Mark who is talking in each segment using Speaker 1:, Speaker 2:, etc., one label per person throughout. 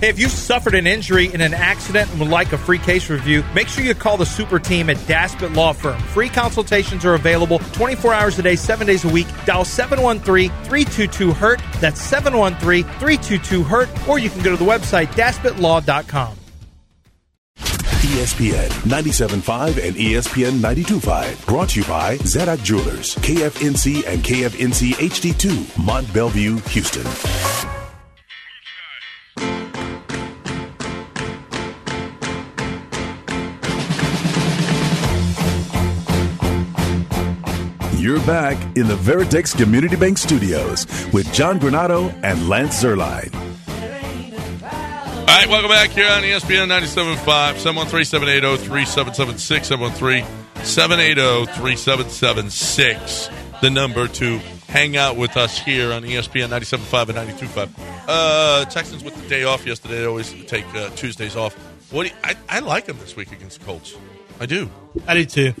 Speaker 1: Hey, if you suffered an injury in an accident and would like a free case review, make sure you call the super team at Daspit Law Firm. Free consultations are available 24 hours a day, 7 days a week. Dial 713-322-HURT. E That's 713-322-HURT. E Or you can go to the website daspitlaw.com.
Speaker 2: E ESPN 97.5 and E ESPN 92.5. Brought to you by Zadok Jewelers, KFNC and KFNC HD2, Mont Bellevue, Houston. You're back in the Veritex Community Bank Studios with John Granado and Lance Zerline.
Speaker 3: All right, welcome back here on E ESPN 97.5, 713-780-3776, 713-780-3776, the number to hang out with us here on E ESPN 97.5 and 92.5. Uh, Texans with the day off yesterday, they always take uh, Tuesdays off. What do you, I, I like them this week against the Colts. I do.
Speaker 1: I did too.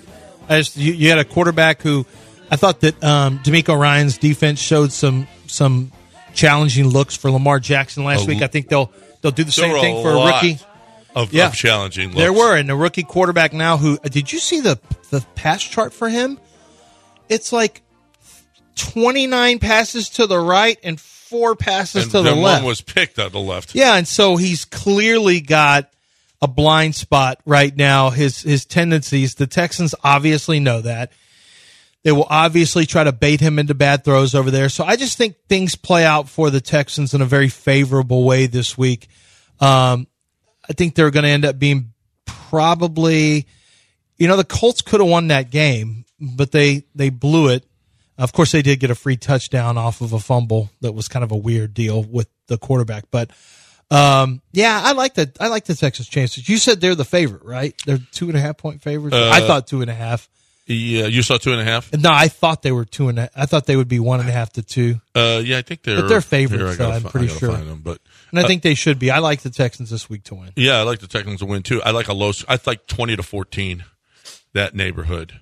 Speaker 1: I just you, you had a quarterback who I thought that um, D'Amico Ryan's defense showed some some challenging looks for Lamar Jackson last
Speaker 3: A
Speaker 1: week.
Speaker 3: l-
Speaker 1: I think they'll they'll do the
Speaker 3: There
Speaker 1: same
Speaker 3: were
Speaker 1: thing for a
Speaker 3: lot
Speaker 1: rookie.
Speaker 3: Of,
Speaker 1: Yeah.
Speaker 3: of challenging looks.
Speaker 1: There were and a rookie quarterback now who did you see the the pass chart for him? It's like twenty nine passes to the right and four passes
Speaker 3: And
Speaker 1: to the
Speaker 3: then
Speaker 1: left.
Speaker 3: one was picked on the left.
Speaker 1: Yeah, and so he's clearly got a blind spot right now. His his tendencies. The Texans obviously know that. They will obviously try to bait him into bad throws over there. So I just think things play out for the Texans in a very favorable way this week. Um, I think they're going to end up being probably, you know, the Colts could have won that game, but they they blew it. Of course, they did get a free touchdown off of a fumble that was kind of a weird deal with the quarterback. But um, yeah, I like the I like the Texas chances. You said they're the favorite, right? They're two and a half point favorites.
Speaker 3: Uh,
Speaker 1: I thought two and a half.
Speaker 3: Yeah, you saw two and a half.
Speaker 1: No, I thought they were two and a, I thought they would be one and a half to two,
Speaker 3: Uh, yeah, I think they're
Speaker 1: But they're
Speaker 3: favorite.
Speaker 1: favorites, though, I'm pretty sure.
Speaker 3: Find them, but
Speaker 1: and I think they should be. I like the Texans this week to win.
Speaker 3: yeah, I like the Texans to win too. I like a low. I like twenty to fourteen, that neighborhood.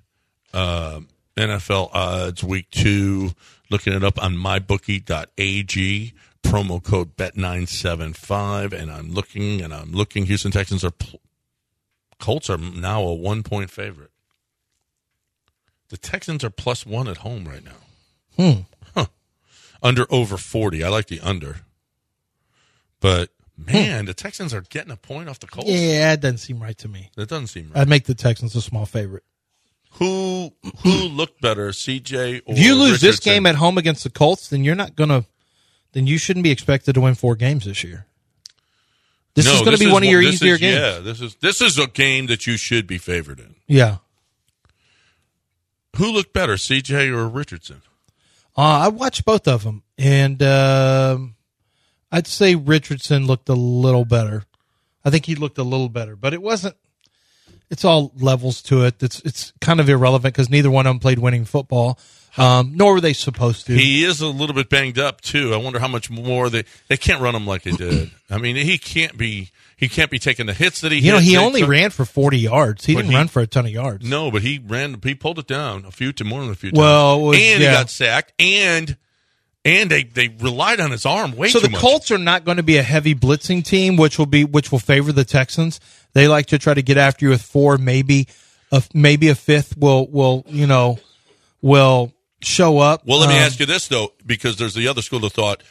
Speaker 3: Um, NFL odds week two. Looking it up on mybookie.ag. Promo code bet nine seven five, and I'm looking and I'm looking. Houston Texans are pl- Colts are now a one point favorite. The Texans are plus one at home right now. under over 40. I like the under. But man, the Texans are getting a point off the Colts.
Speaker 1: Yeah, it doesn't seem right to me.
Speaker 3: That doesn't seem right.
Speaker 1: I'd make the Texans a small favorite.
Speaker 3: who who looked better, CJ or
Speaker 1: Hmm. If you lose this
Speaker 3: Richardson?
Speaker 1: game uh, at home against the Colts, then you're not gonna. Then you shouldn't be expected to win four games this year. This
Speaker 3: No,
Speaker 1: is going to be one of your
Speaker 3: this
Speaker 1: easier
Speaker 3: is-
Speaker 1: games.
Speaker 3: Yeah, this is this is a game that you should be favored in.
Speaker 1: yeah.
Speaker 3: Who looked better, CJ or Richardson?
Speaker 1: Uh, I watched both of them, and um, I'd say Richardson looked a little better. I think he looked a little better, but it wasn't. It's all levels to it. It's it's kind of irrelevant because neither one of them played winning football, um, nor were they supposed to.
Speaker 3: He is a little bit banged up too. I wonder how much more they they can't run him like they did. I mean, he can't be he can't be taking the hits that he
Speaker 1: you know,
Speaker 3: hit.
Speaker 1: he
Speaker 3: They
Speaker 1: only
Speaker 3: took-
Speaker 1: ran for forty yards. He
Speaker 3: But
Speaker 1: didn't
Speaker 3: he-
Speaker 1: run for a ton of yards.
Speaker 3: No, but he ran. He pulled it down a few to more than a few.
Speaker 1: Well,
Speaker 3: times.
Speaker 1: it was-
Speaker 3: and
Speaker 1: yeah.
Speaker 3: he got sacked, and and they they relied on his arm way
Speaker 1: so
Speaker 3: too
Speaker 1: the
Speaker 3: much.
Speaker 1: Colts are not going to be a heavy blitzing team, which will be which will favor the Texans. They like to try to get after you with four, maybe a maybe a fifth will will you know will show up.
Speaker 3: well, let me
Speaker 1: Um,
Speaker 3: ask you this though, because there's the other school of thought: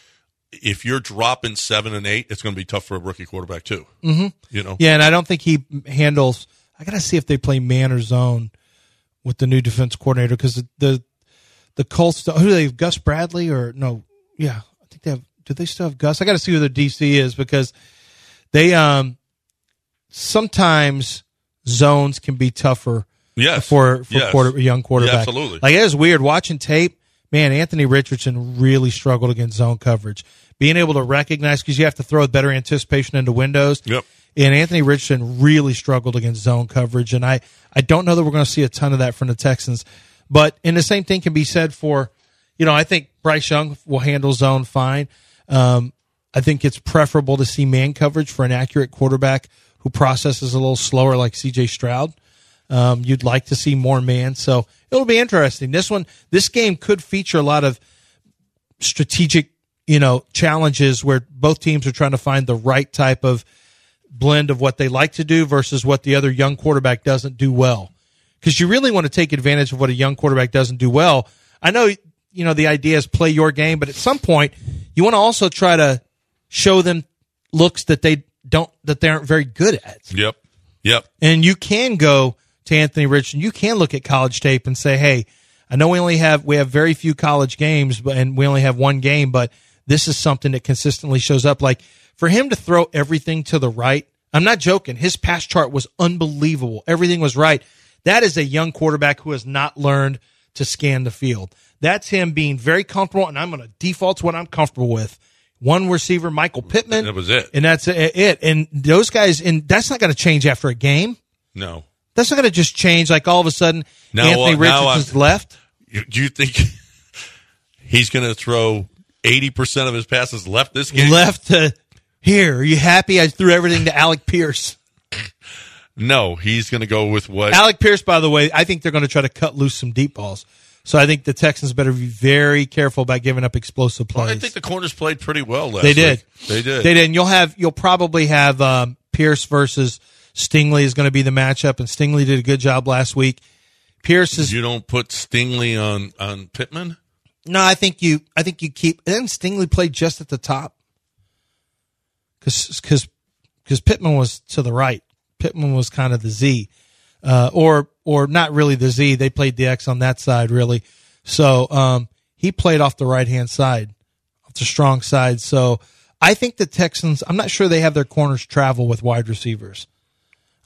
Speaker 3: if you're dropping seven and eight, it's going to be tough for a rookie quarterback too. Mm-hmm. You know,
Speaker 1: Yeah, and I don't think he handles. I gotta see if they play man or zone with the new defense coordinator because the, the the Colts. Who do they have? Gus Bradley or no? Yeah, I think they have. Do they still have Gus? I gotta see who their DC is because they um sometimes zones can be tougher
Speaker 3: Yes.
Speaker 1: for for
Speaker 3: Yes.
Speaker 1: quarter, young quarterback.
Speaker 3: absolutely.
Speaker 1: Like it is weird watching tape. Man, Anthony Richardson really struggled against zone coverage. Being able to recognize because you have to throw with better anticipation into windows.
Speaker 3: Yep.
Speaker 1: And Anthony Richardson really struggled against zone coverage, and I I don't know that we're going to see a ton of that from the Texans. But and the same thing can be said for, you know, I think Bryce Young will handle zone fine. Um, I think it's preferable to see man coverage for an accurate quarterback who processes a little slower, like C.J. Stroud. Um, you'd like to see more man, so it'll be interesting. This one, this game could feature a lot of strategic, you know, challenges where both teams are trying to find the right type of blend of what they like to do versus what the other young quarterback doesn't do well. Because you really want to take advantage of what a young quarterback doesn't do well. I know, you know, the idea is play your game, but at some point, you want to also try to show them looks that they don't, that they aren't very good at.
Speaker 3: Yep. Yep.
Speaker 1: And you can go to Anthony Richardson. You can look at college tape and say, "Hey, I know we only have we have very few college games, but and we only have one game, but this is something that consistently shows up." Like for him to throw everything to the right, I'm not joking. His pass chart was unbelievable. Everything was right. That is a young quarterback who has not learned to scan the field. That's him being very comfortable, and I'm going to default to what I'm comfortable with. One receiver, Michael Pittman.
Speaker 3: That was it.
Speaker 1: And that's it. And those guys, and that's not going to change after a game.
Speaker 3: No.
Speaker 1: That's not going to just change like all of a sudden
Speaker 3: Now,
Speaker 1: Anthony
Speaker 3: uh, now
Speaker 1: Richardson's
Speaker 3: I'm-
Speaker 1: left.
Speaker 3: You- Do you think he's going to throw 80% of his passes left this game?
Speaker 1: Left to here. Are you happy? I threw everything to Alec Pierce.
Speaker 3: No, he's going to go with what?
Speaker 1: Alec Pierce, by the way, I think they're going to try to cut loose some deep balls. So I think the Texans better be very careful about giving up explosive plays.
Speaker 3: I think the corners played pretty well last
Speaker 1: they did.
Speaker 3: week. They did.
Speaker 1: They did. And you'll have you'll probably have um, Pierce versus Stingley is going to be the matchup, and Stingley did a good job last week. Pierce is
Speaker 3: You don't put Stingley on, on Pittman?
Speaker 1: No, I think you. I think you keep. Didn't Stingley play just at the top? Because because Pittman was to the right. Pittman was kind of the Z, uh, or or not really the Z. They played the X on that side really. So um, he played off the right hand side, off the strong side. So I think the Texans. I'm not sure they have their corners travel with wide receivers.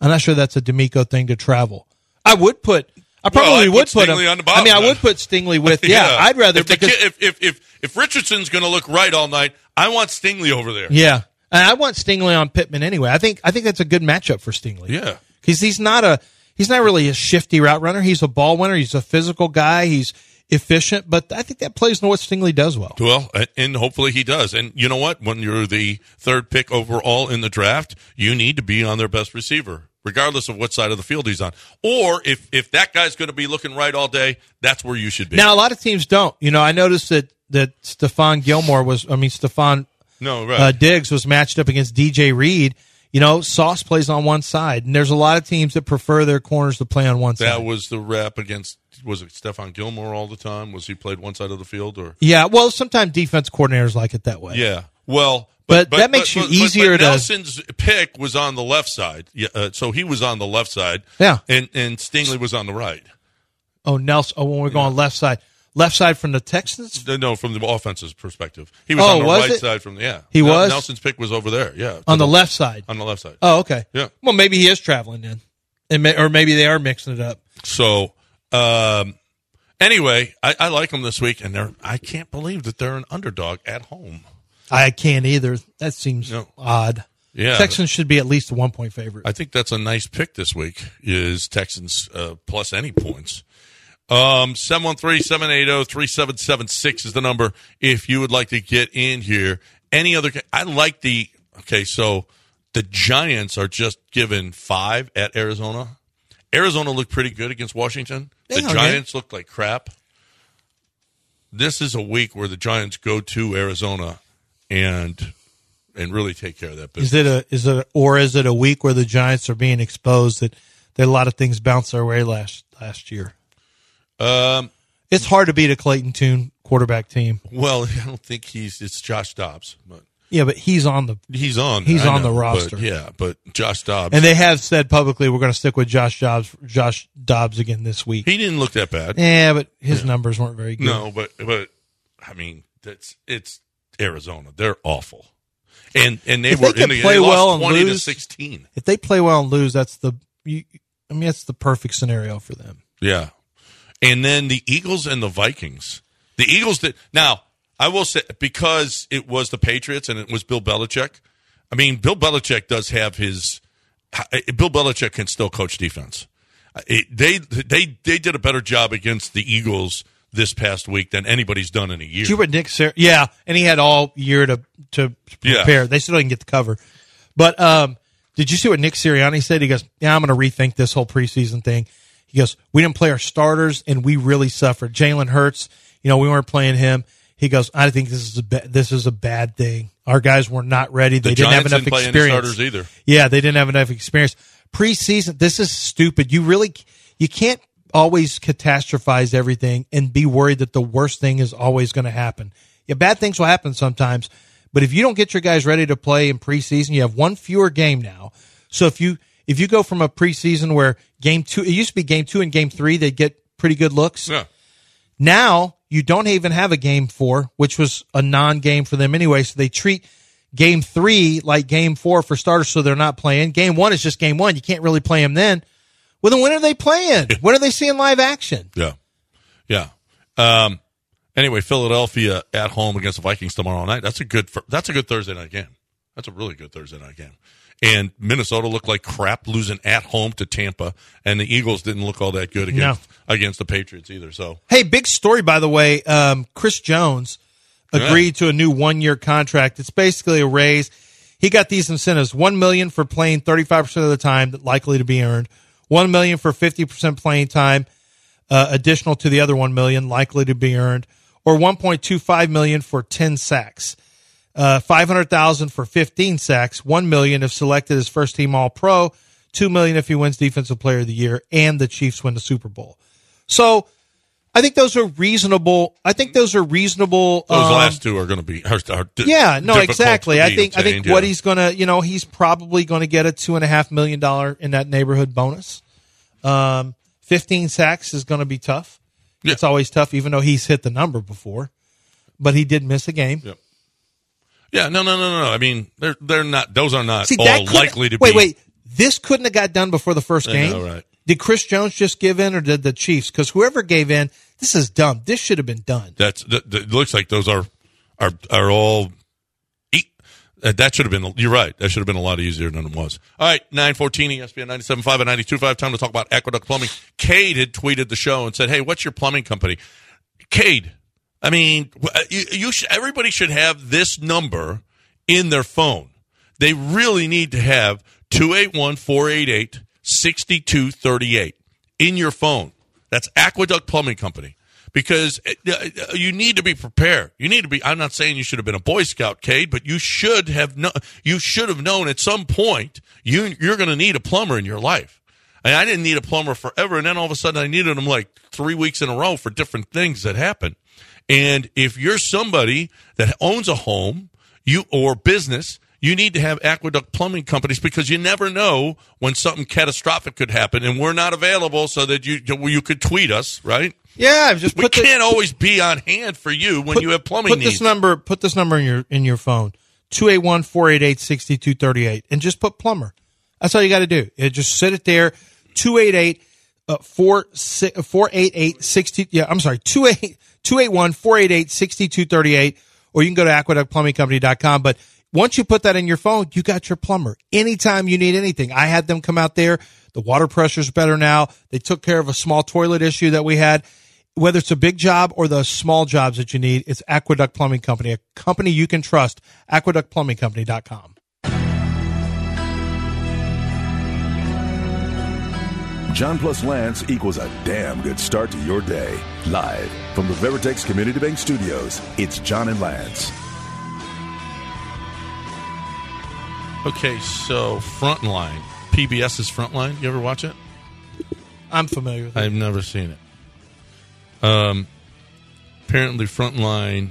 Speaker 1: I'm not sure that's a D'Amico thing to travel. I would put. I probably
Speaker 3: I'd
Speaker 1: would
Speaker 3: put
Speaker 1: put, him.
Speaker 3: Stingley on the
Speaker 1: I mean, I
Speaker 3: bottom.
Speaker 1: would put Stingley with. Yeah, I'd rather
Speaker 3: if, the
Speaker 1: because-
Speaker 3: kid, if if if if Richardson's going to look right all night, I want Stingley over there.
Speaker 1: Yeah, and I want Stingley on Pittman anyway. I think I think that's a good matchup for Stingley.
Speaker 3: Yeah.
Speaker 1: because he's not a he's not really a shifty route runner. He's a ball winner. He's a physical guy. He's efficient, but I think that plays into what Stingley does well.
Speaker 3: Well, a- and hopefully he does. And you know what? When you're the third pick overall in the draft, you need to be on their best receiver, regardless of what side of the field he's on. Or if if that guy's going to be looking right all day, that's where you should be.
Speaker 1: Now a lot of teams don't. You know, I noticed that that Stefan Gilmore was. I mean, Stefan
Speaker 3: no, right?
Speaker 1: uh, Diggs was matched up against DJ Reed. You know, Sauce plays on one side, and there's a lot of teams that prefer their corners to play on one side.
Speaker 3: that was the rep against was it Stefan Gilmore all the time? Was he played one side of the field or?
Speaker 1: yeah, well, sometimes defense coordinators like it that way.
Speaker 3: Yeah. Well,
Speaker 1: But that makes you easier to-
Speaker 3: Nelson's pick was on the left side, yeah, uh, so he was on the left side.
Speaker 1: Yeah.
Speaker 3: and and Stingley was on the right.
Speaker 1: Oh, Nelson. Oh, when we're going left side, left side from the Texans.
Speaker 3: No, from the offense's perspective, he was
Speaker 1: Oh,
Speaker 3: on the
Speaker 1: was
Speaker 3: right
Speaker 1: it?
Speaker 3: side. From the, yeah,
Speaker 1: He was?
Speaker 3: Nelson's pick was over there. Yeah,
Speaker 1: on the
Speaker 3: To
Speaker 1: left side.
Speaker 3: on the left side.
Speaker 1: Oh, okay.
Speaker 3: Yeah.
Speaker 1: Well, maybe he is traveling then, and may, or maybe they are mixing it up.
Speaker 3: So, um, anyway, I, I like them this week, and they're I can't believe that they're an underdog at home.
Speaker 1: I can't either. That seems
Speaker 3: No.
Speaker 1: odd.
Speaker 3: Yeah,
Speaker 1: Texans should be at least a one point favorite.
Speaker 3: I think that's a nice pick this week is Texans uh, plus any points. Um, oh, 713-780-3776 is the number if you would like to get in here. Any other – I like the – okay, so the Giants are just given five at Arizona. Arizona looked pretty good against Washington.
Speaker 1: They
Speaker 3: The
Speaker 1: hung in.
Speaker 3: Giants looked like crap. This is a week where the Giants go to Arizona and and really take care of that business.
Speaker 1: is it a is it a, or is it a week where the Giants are being exposed that that a lot of things bounced their way last last year?
Speaker 3: Um,
Speaker 1: It's hard to beat a Clayton Tune quarterback team.
Speaker 3: Well, I don't think he's. It's Josh Dobbs, but
Speaker 1: Yeah, but he's on the
Speaker 3: he's on.
Speaker 1: He's
Speaker 3: I
Speaker 1: on the
Speaker 3: but,
Speaker 1: roster.
Speaker 3: yeah, but Josh Dobbs.
Speaker 1: and they have said publicly we're going to stick with Josh Dobbs Josh Dobbs again this week.
Speaker 3: he didn't look that bad.
Speaker 1: yeah, but his numbers weren't very good.
Speaker 3: No, but but I mean, that's it's Arizona. They're awful, and and they
Speaker 1: If they
Speaker 3: were in
Speaker 1: can
Speaker 3: the
Speaker 1: play
Speaker 3: they lost
Speaker 1: well and
Speaker 3: twenty to
Speaker 1: lose-
Speaker 3: sixteen.
Speaker 1: if they play well and lose, that's the you, I mean that's the perfect scenario for them.
Speaker 3: Yeah, and then the Eagles and the Vikings. The Eagles did now. I will say because it was the Patriots and it was Bill Belichick. I mean, Bill Belichick does have his. uh, Bill Belichick can still coach defense. Uh, It, they they they did a better job against the Eagles this past week than anybody's done in a year.
Speaker 1: Do you what Nick Sar- yeah, and he had all year to to
Speaker 3: Yeah.
Speaker 1: prepare. They still didn't get the cover. But um did you see what Nick Sirianni said? He goes, "Yeah, I'm going to rethink this whole preseason thing." He goes, "We didn't play our starters and we really suffered. Jalen Hurts, you know, we weren't playing him." He goes, I think this is a ba- this is a bad thing. Our guys were not ready. They
Speaker 3: The
Speaker 1: didn't
Speaker 3: Giants
Speaker 1: have
Speaker 3: didn't
Speaker 1: enough
Speaker 3: play
Speaker 1: experience.
Speaker 3: any starters either.
Speaker 1: Yeah, they didn't have enough experience. Preseason, this is stupid. You really you can't always catastrophize everything and be worried that the worst thing is always going to happen. Yeah, bad things will happen sometimes, but if you don't get your guys ready to play in preseason, you have one fewer game now. So if you if you go from a preseason where game 2 it used to be game 2 and game 3 they get pretty good looks.
Speaker 3: Yeah.
Speaker 1: Now you don't even have a game four, which was a non game for them anyway. So they treat game three like game four for starters. So they're not playing. Game one is just game one. You can't really play them then. Well, then when are they playing? When are they seeing live action?
Speaker 3: Yeah. Yeah. Um, anyway, Philadelphia at home against the Vikings tomorrow night. That's a good fir- that's a good Thursday night game. That's a really good Thursday night game. And Minnesota looked like crap losing at home to Tampa, and the Eagles didn't look all that good against against the Patriots either. So
Speaker 1: Hey, big story, by the way. Um, Chris Jones agreed to a new one year contract. It's basically a raise. He got these incentives: one million for playing thirty five percent of the time that likely to be earned, one million for fifty percent playing time, uh, additional to the other one million likely to be earned, or one point two five million for ten sacks, uh, five hundred thousand for fifteen sacks, one million if selected as first team All Pro, two million if he wins Defensive Player of the Year, and the Chiefs win the Super Bowl. So. I think those are reasonable. I think those are reasonable.
Speaker 3: those
Speaker 1: um,
Speaker 3: last two are going to be are, are di-
Speaker 1: yeah, no,
Speaker 3: difficult
Speaker 1: exactly.
Speaker 3: to
Speaker 1: I
Speaker 3: be
Speaker 1: think I think
Speaker 3: obtained,
Speaker 1: what
Speaker 3: yeah.
Speaker 1: he's gonna, you know, he's probably gonna get a two and a half million dollar in that neighborhood bonus. Um, fifteen sacks is gonna be tough.
Speaker 3: Yeah.
Speaker 1: It's always tough, even though he's hit the number before, but he did miss a game.
Speaker 3: Yeah. yeah no no no no no. I mean they're they're not those are not
Speaker 1: See, that
Speaker 3: all
Speaker 1: couldn't-
Speaker 3: likely to
Speaker 1: wait,
Speaker 3: be
Speaker 1: wait. This couldn't have got done before the first game.
Speaker 3: know, right.
Speaker 1: Did Chris Jones just give in, or did the Chiefs? Because whoever gave in, this is dumb. This should have been done.
Speaker 3: That's that, that it looks like those are are are all. eat- uh, That should have been. You're right. That should have been a lot easier than it was. All right, nine fourteen E ESPN 97.5 and 92.5. Time to talk about Aqueduct Plumbing. Cade had tweeted the show and said, "Hey, what's your plumbing company?" Cade. I mean, wh- uh, you, you should, everybody should have this number in their phone. They really need to have 281 488 6238 in your phone. That's Aqueduct Plumbing Company because uh, uh, you need to be prepared. You need to be. I'm not saying you should have been a Boy Scout, Cade, but you should have known. You should have known at some point you you're going to need a plumber in your life. And I didn't need a plumber forever, and then all of a sudden I needed them like three weeks in a row for different things that happen. And if you're somebody that owns a home, you or business. You need to have aqueduct plumbing companies because you never know when something catastrophic could happen, and we're not available, so that you you could tweet us, right?
Speaker 1: Yeah, I've just
Speaker 3: we
Speaker 1: put the,
Speaker 3: can't always be on hand for you when you have plumbing
Speaker 1: put
Speaker 3: needs.
Speaker 1: this number put this number in your in your phone 281-488-6238 and just put plumber that's all you got to do it, just sit it there 288 uh, 4 si- uh, 488 60 yeah i'm sorry 28 281 488 6238 or you can go to aqueductplumbingcompany.com but once you put that in your phone you got your plumber anytime you need anything i had them come out there the water pressure's better now they took care of a small toilet issue that we had whether it's a big job or the small jobs that you need, it's Aqueduct Plumbing Company, a company you can trust. AqueductPlumbingCompany.com.
Speaker 2: John plus Lance equals a damn good start to your day. Live from the Veritex Community Bank Studios, it's John and Lance.
Speaker 3: Okay, so Frontline, PBS's Frontline. You ever watch it?
Speaker 1: I'm familiar with it.
Speaker 3: I've never seen it. Um, apparently Frontline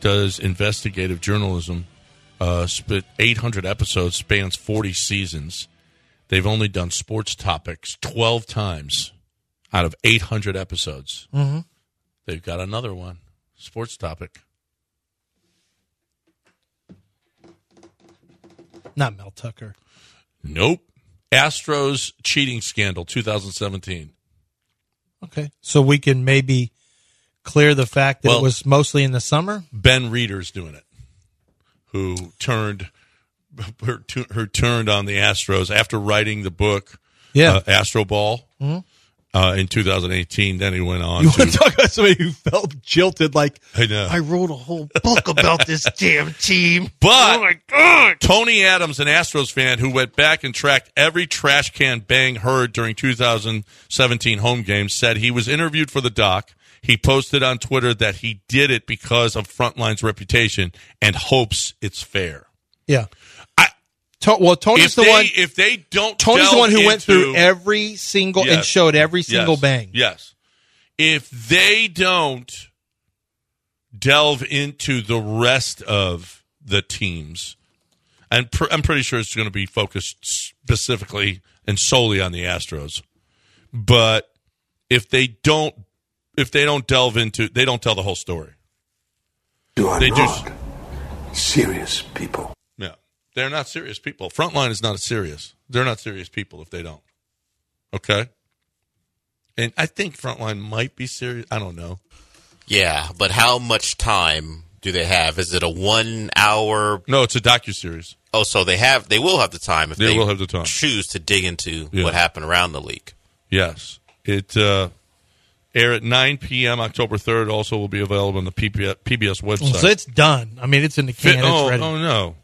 Speaker 3: does investigative journalism. Uh, spit 800 episodes, spans 40 seasons. They've only done sports topics 12 times out of 800 episodes. Mm-hmm. They've got another one, sports topic.
Speaker 1: Not Mel Tucker.
Speaker 3: Nope. Astros cheating scandal 2017.
Speaker 1: Okay. So we can maybe clear the fact that
Speaker 3: Well-
Speaker 1: it was mostly in the summer.
Speaker 3: Ben Reeder's doing it, who turned her, tu- her turned on the Astros after writing the book
Speaker 1: Yeah. Mm-hmm.
Speaker 3: uh, Astro Ball uh, in 2018. Then he went on
Speaker 1: you
Speaker 3: to
Speaker 1: want to talk about somebody who felt jilted like
Speaker 3: I know.
Speaker 1: I wrote a whole book about this damn team.
Speaker 3: But Tony Adams, an Astros fan who went back and tracked every trash can bang heard during 2017 home games, said he was interviewed for the doc. He posted on Twitter that he did it because of Frontline's reputation and hopes it's fair.
Speaker 1: Yeah.
Speaker 3: I-
Speaker 1: To- well, Tony's
Speaker 3: If
Speaker 1: the
Speaker 3: they,
Speaker 1: one.
Speaker 3: if they don't,
Speaker 1: Tony's the
Speaker 3: delve
Speaker 1: one who went
Speaker 3: into-
Speaker 1: through every single and
Speaker 3: Yes.
Speaker 1: showed every single
Speaker 3: yes,
Speaker 1: bang.
Speaker 3: Yes. If they don't delve into the rest of the teams, and pr- I'm pretty sure it's going to be focused specifically and solely on the Astros. But if they don't, if they don't delve into, they don't tell the whole story.
Speaker 4: You are
Speaker 3: They do s-
Speaker 4: not serious people.
Speaker 3: Yeah. They're not serious people. Frontline is not serious. They're not serious people if they don't. Okay? And I think Frontline might be serious. I don't know.
Speaker 5: Yeah, but how much time do they have? Is it a one hour?
Speaker 3: No, it's a docu series.
Speaker 5: Oh, so they have they will have the time if
Speaker 3: They
Speaker 5: they,
Speaker 3: will have the time.
Speaker 5: choose to dig into
Speaker 3: Yeah.
Speaker 5: what happened around the league.
Speaker 3: Yes, it uh, air at 9 p.m. October 3rd. Also, will be available on the PBS, PBS website.
Speaker 1: So it's done. I mean, it's in the
Speaker 3: Fi-
Speaker 1: can.
Speaker 3: oh,
Speaker 1: it's ready.
Speaker 3: oh, no,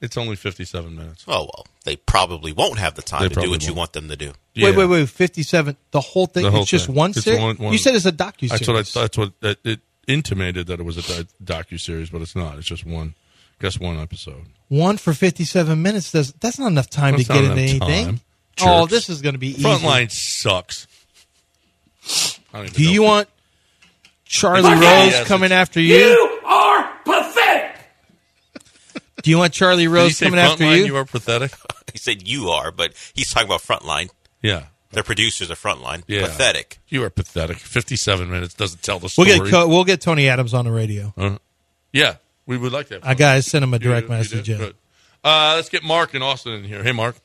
Speaker 3: it's only 57 minutes.
Speaker 5: Oh well, they probably won't have the
Speaker 3: They
Speaker 5: time to do
Speaker 3: probably
Speaker 5: what you
Speaker 3: won't.
Speaker 5: want them to do.
Speaker 3: Yeah.
Speaker 1: Wait, wait, wait. Fifty-seven. The whole thing.
Speaker 3: The whole
Speaker 1: it's just
Speaker 3: thing.
Speaker 1: one
Speaker 3: It's
Speaker 1: series.
Speaker 3: one- one-
Speaker 1: You said it's a docu.
Speaker 3: That's what I. That's what it, it intimated that it was a docu series, but it's not. It's just one. Guess one episode.
Speaker 1: One for fifty-seven minutes. That's that's not enough time
Speaker 3: That's
Speaker 1: to get
Speaker 3: not
Speaker 1: into
Speaker 3: enough
Speaker 1: anything.
Speaker 3: time.
Speaker 1: Oh,
Speaker 3: Jerks.
Speaker 1: this is going to be easy.
Speaker 3: Frontline sucks. I don't even
Speaker 1: Do
Speaker 3: know
Speaker 1: you
Speaker 3: if-
Speaker 1: want Charlie
Speaker 3: Fuck
Speaker 1: Rose
Speaker 3: yes.
Speaker 1: coming after you? You are pathetic. Do you want Charlie
Speaker 3: Did he
Speaker 1: Rose
Speaker 3: say
Speaker 1: coming after
Speaker 3: Frontline,
Speaker 1: you?
Speaker 3: You are pathetic.
Speaker 5: He said you are, but he's talking about frontline.
Speaker 3: Yeah.
Speaker 5: Their producers are frontline.
Speaker 3: Yeah.
Speaker 5: Pathetic.
Speaker 3: You are pathetic. Fifty-seven minutes doesn't tell the
Speaker 1: we'll
Speaker 3: story.
Speaker 1: get Co- we'll get Tony Adams on the radio.
Speaker 3: yeah, we would like that.
Speaker 1: I got to send him a
Speaker 3: You
Speaker 1: direct
Speaker 3: did- you
Speaker 1: message.
Speaker 3: did?
Speaker 1: yeah.
Speaker 3: Good. Uh, let's get Mark and Austin in here. Hey, Mark.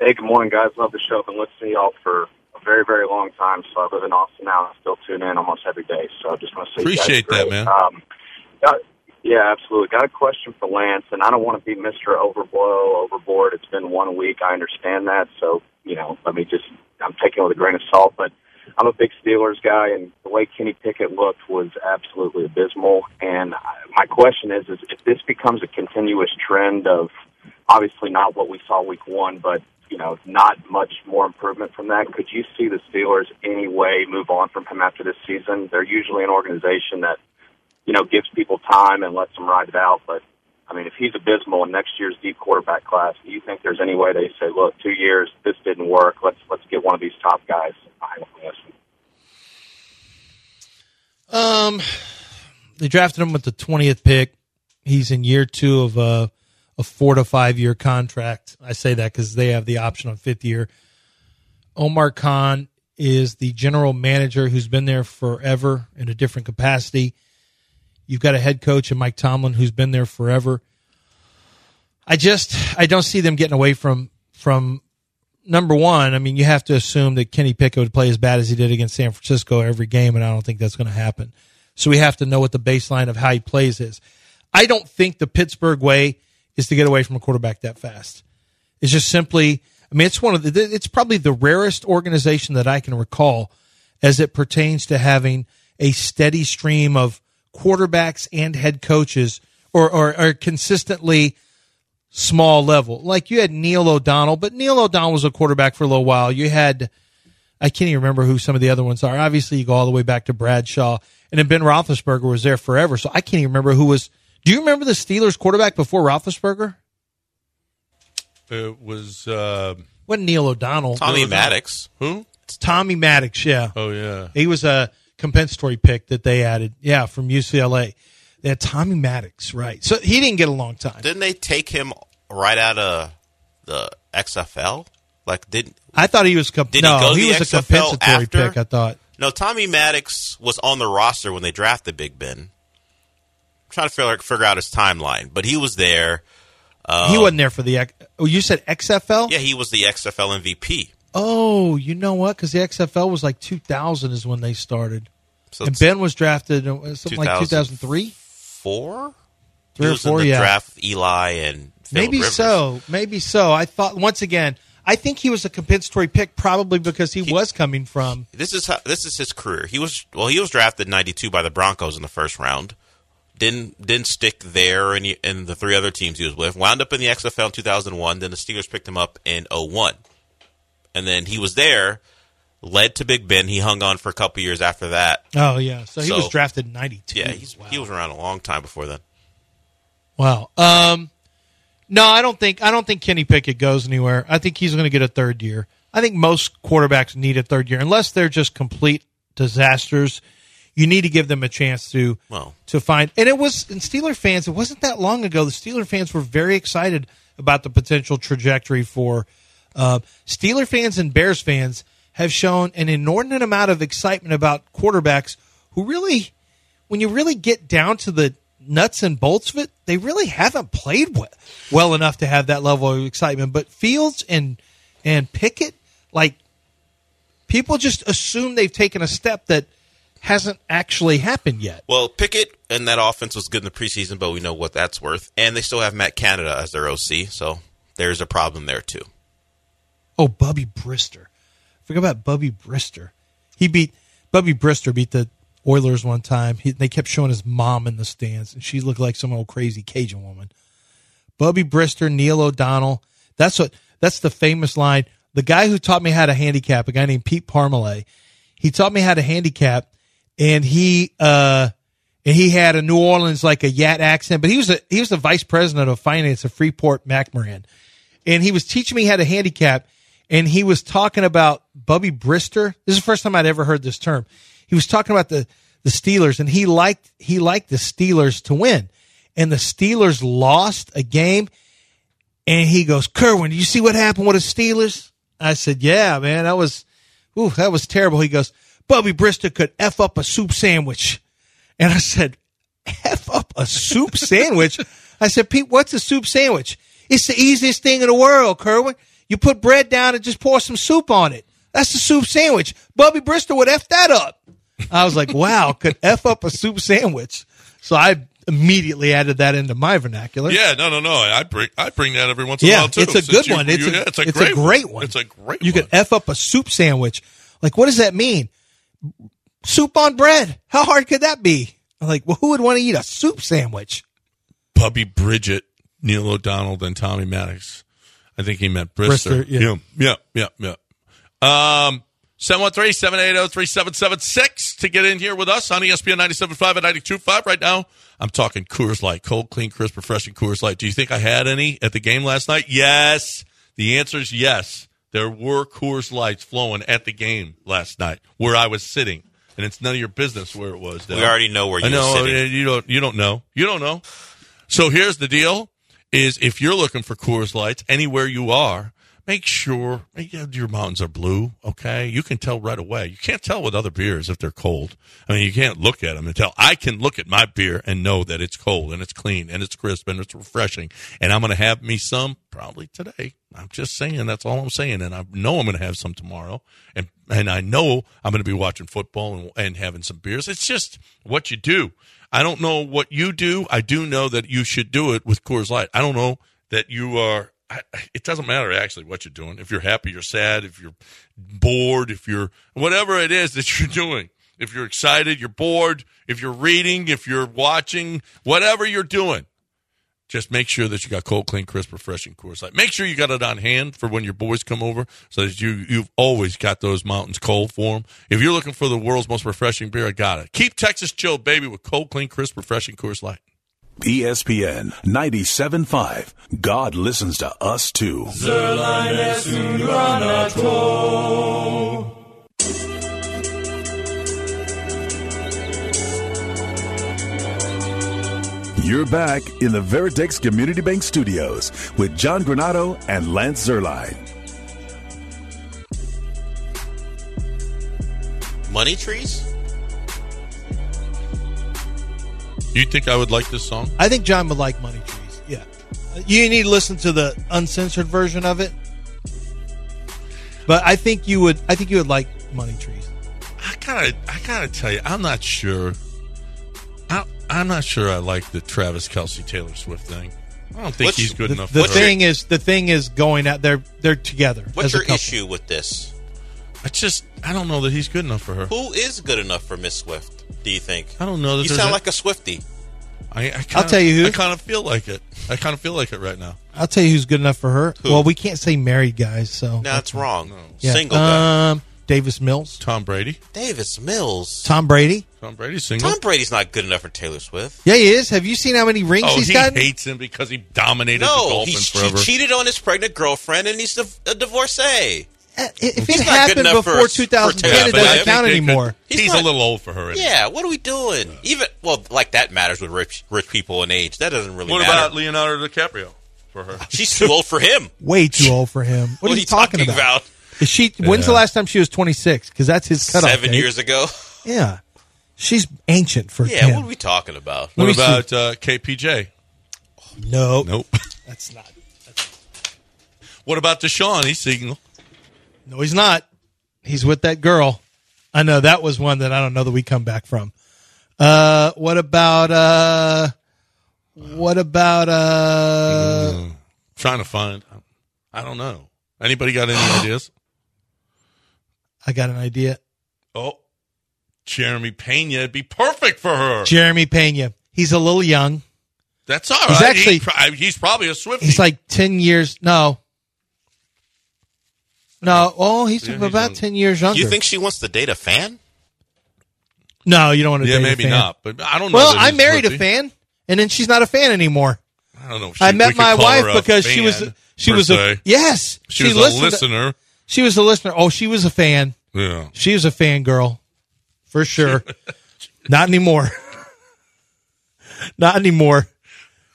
Speaker 6: Hey, good morning, guys. Love the show. Been listening to y'all for a very, very long time. So I live in Austin now. I still tune in almost every day. So I just want to say, you guys are
Speaker 3: Appreciate that,
Speaker 6: great.
Speaker 3: man.
Speaker 6: Um, got- yeah, absolutely. Got a question for Lance, and I don't want to be Mister Overblow, overboard. It's been one week. I understand that. So you know, let me just. I'm taking it with a grain of salt, but I'm a big Steelers guy, and the way Kenny Pickett looked was absolutely abysmal. And I- my question is, is if this becomes a continuous trend of obviously not what we saw week one, but you know, not much more improvement from that. Could you see the Steelers any way move on from him after this season? They're usually an organization that, you know, gives people time and lets them ride it out. But I mean, if he's abysmal in next year's deep quarterback class, do you think there's any way they say, look, two years, this didn't work. Let's let's get one of these top guys. I don't know.
Speaker 1: Um, they drafted him with the twentieth pick. He's in year two of a a four to five year contract. I say that because they have the option on fifth year. Omar Khan is the general manager who's been there forever in a different capacity. You've got a head coach and Mike Tomlin who's been there forever. I just I don't see them getting away from from number one, I mean, you have to assume that Kenny Pickett would play as bad as he did against San Francisco every game, and I don't think that's going to happen. So we have to know what the baseline of how he plays is. I don't think the Pittsburgh way is to get away from a quarterback that fast. It's just simply, I mean, it's one of the, it's probably the rarest organization that I can recall as it pertains to having a steady stream of quarterbacks and head coaches or, or, or consistently small level. Like you had Neil O'Donnell, but Neil O'Donnell was a quarterback for a little while. You had, I can't even remember who some of the other ones are. Obviously, you go all the way back to Bradshaw, and then Ben Roethlisberger was there forever. So I can't even remember who was. Do you remember the Steelers quarterback before Roethlisberger?
Speaker 3: It was uh,
Speaker 1: Wasn't Neil O'Donnell?
Speaker 5: Tommy
Speaker 3: was that?
Speaker 5: Maddox.
Speaker 3: who?
Speaker 1: It's Tommy Maddox. Yeah,
Speaker 3: Oh yeah,
Speaker 1: he was a compensatory pick that they added. Yeah, from UCLA. They had Tommy Maddox, right? So he didn't get a long time.
Speaker 5: Didn't they take him right out of the XFL? Like didn't
Speaker 1: I thought he was. Comp-
Speaker 5: Did he
Speaker 1: no,
Speaker 5: go to
Speaker 1: he,
Speaker 5: the
Speaker 1: was a
Speaker 5: XFL
Speaker 1: compensatory
Speaker 5: after?
Speaker 1: pick. I thought.
Speaker 5: No, Tommy Maddox was on the roster when they drafted Big Ben. I'm trying to figure, figure out his timeline, but he was there.
Speaker 1: he wasn't there for the. X- Oh, you said XFL?
Speaker 5: Um, Yeah, he was the XFL MVP.
Speaker 1: Oh, you know what? Because the XFL was like 2000 is when they started,
Speaker 5: So
Speaker 1: and
Speaker 5: it's
Speaker 1: Ben was drafted in, uh, something like
Speaker 5: 2000.
Speaker 1: 2003,
Speaker 5: four,
Speaker 1: three
Speaker 5: he
Speaker 1: or
Speaker 5: was
Speaker 1: four.
Speaker 5: in the
Speaker 1: yeah,
Speaker 5: draft. with Eli and Phillip
Speaker 1: maybe
Speaker 5: Rivers.
Speaker 1: so. Maybe so. I thought once again. I think he was a compensatory pick, probably because he, was coming from.
Speaker 5: This is how, this is his career. He was well, he was drafted in '92 by the Broncos in the first round. Didn't didn't stick there and, he, and the three other teams he was with. Wound up in the XFL oh in 2001. Then the Steelers picked him up in 01. and then he was there led to Big Ben. He hung on for a couple years after that.
Speaker 1: Oh yeah, so he
Speaker 5: So-
Speaker 1: was drafted in '92.
Speaker 5: Yeah, he's, he was around a long time before then.
Speaker 1: Wow. Um, no, I don't think I don't think Kenny Pickett goes anywhere. I think he's going to get a third year. I think most quarterbacks need a third year unless they're just complete disasters. You need to give them a chance to
Speaker 5: Well.
Speaker 1: to find. And it was in Steeler fans. It wasn't that long ago. The Steeler fans were very excited about the potential trajectory for uh, Steeler fans and Bears fans have shown an inordinate amount of excitement about quarterbacks who really when you really get down to the nuts and bolts of it, they really haven't played well, well enough to have that level of excitement. But Fields and and Pickett, like people just assume they've taken a step that hasn't actually happened yet.
Speaker 5: Well, Pickett and that offense was good in the preseason, but we know what that's worth. And they still have Matt Canada as their OC, so there's a problem there too.
Speaker 1: Oh, Bubby Brister. Forget about Bubby Brister. He beat Bubby Brister beat the Oilers one time. He, they kept showing his mom in the stands, and she looked like some old crazy Cajun woman. Bubby Brister, Neil O'Donnell. That's what. That's the famous line. The guy who taught me how to handicap, a guy named Pete Parmalee, he taught me how to handicap, and he uh, and he had a New Orleans like a yacht accent, but he was a he was the vice president of finance of Freeport MacMoran and he was teaching me how to handicap and he was talking about Bubby Brister. This is the first time I'd ever heard this term. He was talking about the the Steelers and he liked he liked the Steelers to win. And the Steelers lost a game and he goes, "Kerwin, did you see what happened with the Steelers?" I said, "Yeah, man, that was ooh, that was terrible." He goes, "Bubby Brister could f up a soup sandwich." And I said, F up a soup sandwich. I said, Pete, what's a soup sandwich? It's the easiest thing in the world, Kerwin. You put bread down and just pour some soup on it. That's the soup sandwich. Bubby Bristol would F that up. I was like, wow, could F up a soup sandwich. So I immediately added that into my vernacular.
Speaker 3: Yeah, no, no, no. I bring I bring that every once in a
Speaker 1: Yeah,
Speaker 3: while too.
Speaker 1: it's a
Speaker 3: since
Speaker 1: good
Speaker 3: you-
Speaker 1: one. It's,
Speaker 3: you-
Speaker 1: a,
Speaker 3: yeah,
Speaker 1: it's, a, great one.
Speaker 3: It's a great
Speaker 1: You
Speaker 3: one.
Speaker 1: could F up a soup sandwich. Like, what does that mean? Soup on bread. How hard could that be? I'm like, well, who would want to eat a soup sandwich?
Speaker 3: Bubby Bridget, Neil O'Donnell, and Tommy Maddox. I think he meant Brister.
Speaker 1: Brister, yeah.
Speaker 3: yeah, yeah, yeah, yeah. Um, 713-780-3776 to get in here with us on E ESPN 97.5 and 92.5 right now. I'm talking Coors Light, cold, clean, crisp, refreshing Coors Light. Do you think I had any at the game last night? Yes. The answer is yes. There were Coors Lights flowing at the game last night where I was sitting. And it's none of your business where it was.
Speaker 5: We
Speaker 3: Dale.
Speaker 5: already know where
Speaker 3: I
Speaker 5: you're
Speaker 3: know
Speaker 5: sitting.
Speaker 3: uh, you don't. You don't know. You don't know. So here's the deal: is if you're looking for Coors Lights anywhere you are, make sure make- yeah, your mountains are blue. Okay, you can tell right away. You can't tell with other beers if they're cold. I mean, you can't look at them and tell. I can look at my beer and know that it's cold and it's clean and it's crisp and it's refreshing. And I'm going to have me some probably today. I'm just saying. That's all I'm saying. And I know I'm going to have some tomorrow. And and I know I'm going to be watching football and, and having some beers. It's just what you do. I don't know what you do. I do know that you should do it with Coors Light. I don't know that you are. I, it doesn't matter actually what you're doing. If you're happy, you're sad. If you're bored, if you're whatever it is that you're doing. If you're excited, you're bored. If you're reading, if you're watching, whatever you're doing, just make sure that you got cold, clean, crisp, refreshing Coors Light. Make sure you got it on hand for when your boys come over, so that you you've always got those mountains cold for them. If you're looking for the world's most refreshing beer, I got it. Keep Texas chilled, baby, with cold, clean, crisp, refreshing Coors Light.
Speaker 2: E ESPN 97.5. God listens to us too. You're back in the Veritex Community Bank Studios with John Granado and Lance Zerline.
Speaker 5: Money trees?
Speaker 3: Do you think I would like this song?
Speaker 1: I think John would like Money Trees. Yeah. You need to listen to the uncensored version of it. But I think you would I think you would like Money Trees.
Speaker 3: I gotta, I gotta tell you, I'm not sure. I, I'm not sure I like the Travis Kelsey Taylor Swift thing. I don't think
Speaker 5: What's-
Speaker 3: he's good
Speaker 1: The,
Speaker 3: enough.
Speaker 1: the
Speaker 3: for her.
Speaker 1: thing is the thing is going out they're they're together.
Speaker 5: What's
Speaker 1: as a
Speaker 5: your
Speaker 1: couple.
Speaker 5: issue with this?
Speaker 3: I just, I don't know that he's good enough for her.
Speaker 5: Who is good enough for Miss Swift? Do you think?
Speaker 3: I don't know that
Speaker 5: You
Speaker 3: there's
Speaker 5: sound
Speaker 3: a-
Speaker 5: like a Swifty.
Speaker 3: I, I kinda,
Speaker 1: I'll tell you who.
Speaker 3: I kind of feel like it. I kind of feel like it right now.
Speaker 1: I'll tell you who's good enough for her. Well, we can't say married guys, so
Speaker 5: No, that's wrong.
Speaker 1: Yeah.
Speaker 5: Single guy.
Speaker 1: Um Davis Mills,
Speaker 3: Tom Brady.
Speaker 5: Davis Mills.
Speaker 1: Tom Brady.
Speaker 3: Tom Brady's single.
Speaker 5: Tom Brady's not good enough for Taylor Swift.
Speaker 1: Yeah, he is. Have you seen how many rings
Speaker 3: oh,
Speaker 1: he's
Speaker 3: he
Speaker 1: gotten?
Speaker 3: hates him because he dominated the
Speaker 5: No, he's,
Speaker 3: Dolphins
Speaker 5: she
Speaker 3: forever.
Speaker 5: cheated on his pregnant girlfriend, and he's div- a divorcee.
Speaker 1: Uh, if
Speaker 5: He's
Speaker 1: it
Speaker 5: not good
Speaker 1: happened
Speaker 5: enough for
Speaker 1: before
Speaker 5: us- for
Speaker 1: 2010,
Speaker 5: Taylor,
Speaker 1: it
Speaker 5: but I
Speaker 1: doesn't
Speaker 5: think
Speaker 1: count
Speaker 3: they could-
Speaker 1: anymore.
Speaker 5: He's
Speaker 3: He's,
Speaker 5: not-
Speaker 3: a little old for her. anyway.
Speaker 5: Yeah, what are we doing? Even well, like that matters with rich rich people and age. That doesn't really
Speaker 3: What
Speaker 5: matter.
Speaker 3: about Leonardo DiCaprio for her?
Speaker 5: She's too old for him.
Speaker 1: Way too old for him. What,
Speaker 5: What
Speaker 1: are you talking, about? Is she? When's the last time she was 26? Because that's his cutoff.
Speaker 5: Seven
Speaker 1: date.
Speaker 5: years ago.
Speaker 1: Yeah, she's ancient for
Speaker 5: Yeah,
Speaker 1: him.
Speaker 5: what are we talking about?
Speaker 1: Let
Speaker 3: What
Speaker 1: me
Speaker 3: about uh, KPJ?
Speaker 1: no,
Speaker 3: Nope.
Speaker 1: that's not.
Speaker 3: What about Deshaun? He's single.
Speaker 1: No, he's not. He's with that girl. I know that was one that I don't know that we come back from. Uh, what about uh, what about uh?
Speaker 3: Trying to find. um, I don't know. Anybody got any ideas?
Speaker 1: I got an idea.
Speaker 3: Oh, Jeremy Pena would be perfect for her.
Speaker 1: Jeremy Pena. He's a little young.
Speaker 3: That's all right.
Speaker 1: He's actually-
Speaker 3: He pro- he's probably a Swifty.
Speaker 1: He's like ten years. No. No. Oh, he's
Speaker 3: Yeah, he's
Speaker 1: about
Speaker 3: young.
Speaker 1: ten years younger.
Speaker 5: You think she wants to date a fan?
Speaker 1: No, you don't want to.
Speaker 3: yeah,
Speaker 1: date a
Speaker 3: maybe
Speaker 1: fan.
Speaker 3: not. But I don't know.
Speaker 1: Well,
Speaker 3: that
Speaker 1: I
Speaker 3: he's
Speaker 1: married a
Speaker 3: Swiftie.
Speaker 1: fan, and then she's not a fan anymore.
Speaker 3: I don't know. If she,
Speaker 1: I
Speaker 3: we
Speaker 1: met
Speaker 3: could
Speaker 1: my
Speaker 3: call
Speaker 1: wife
Speaker 3: her a
Speaker 1: because she
Speaker 3: fan,
Speaker 1: was she
Speaker 3: per
Speaker 1: was a
Speaker 3: se.
Speaker 1: yes.
Speaker 3: she, was a
Speaker 1: listened to-
Speaker 3: listener.
Speaker 1: she was a listener. Oh, she was a fan.
Speaker 3: yeah.
Speaker 1: She was a fangirl, for sure. not anymore. not anymore.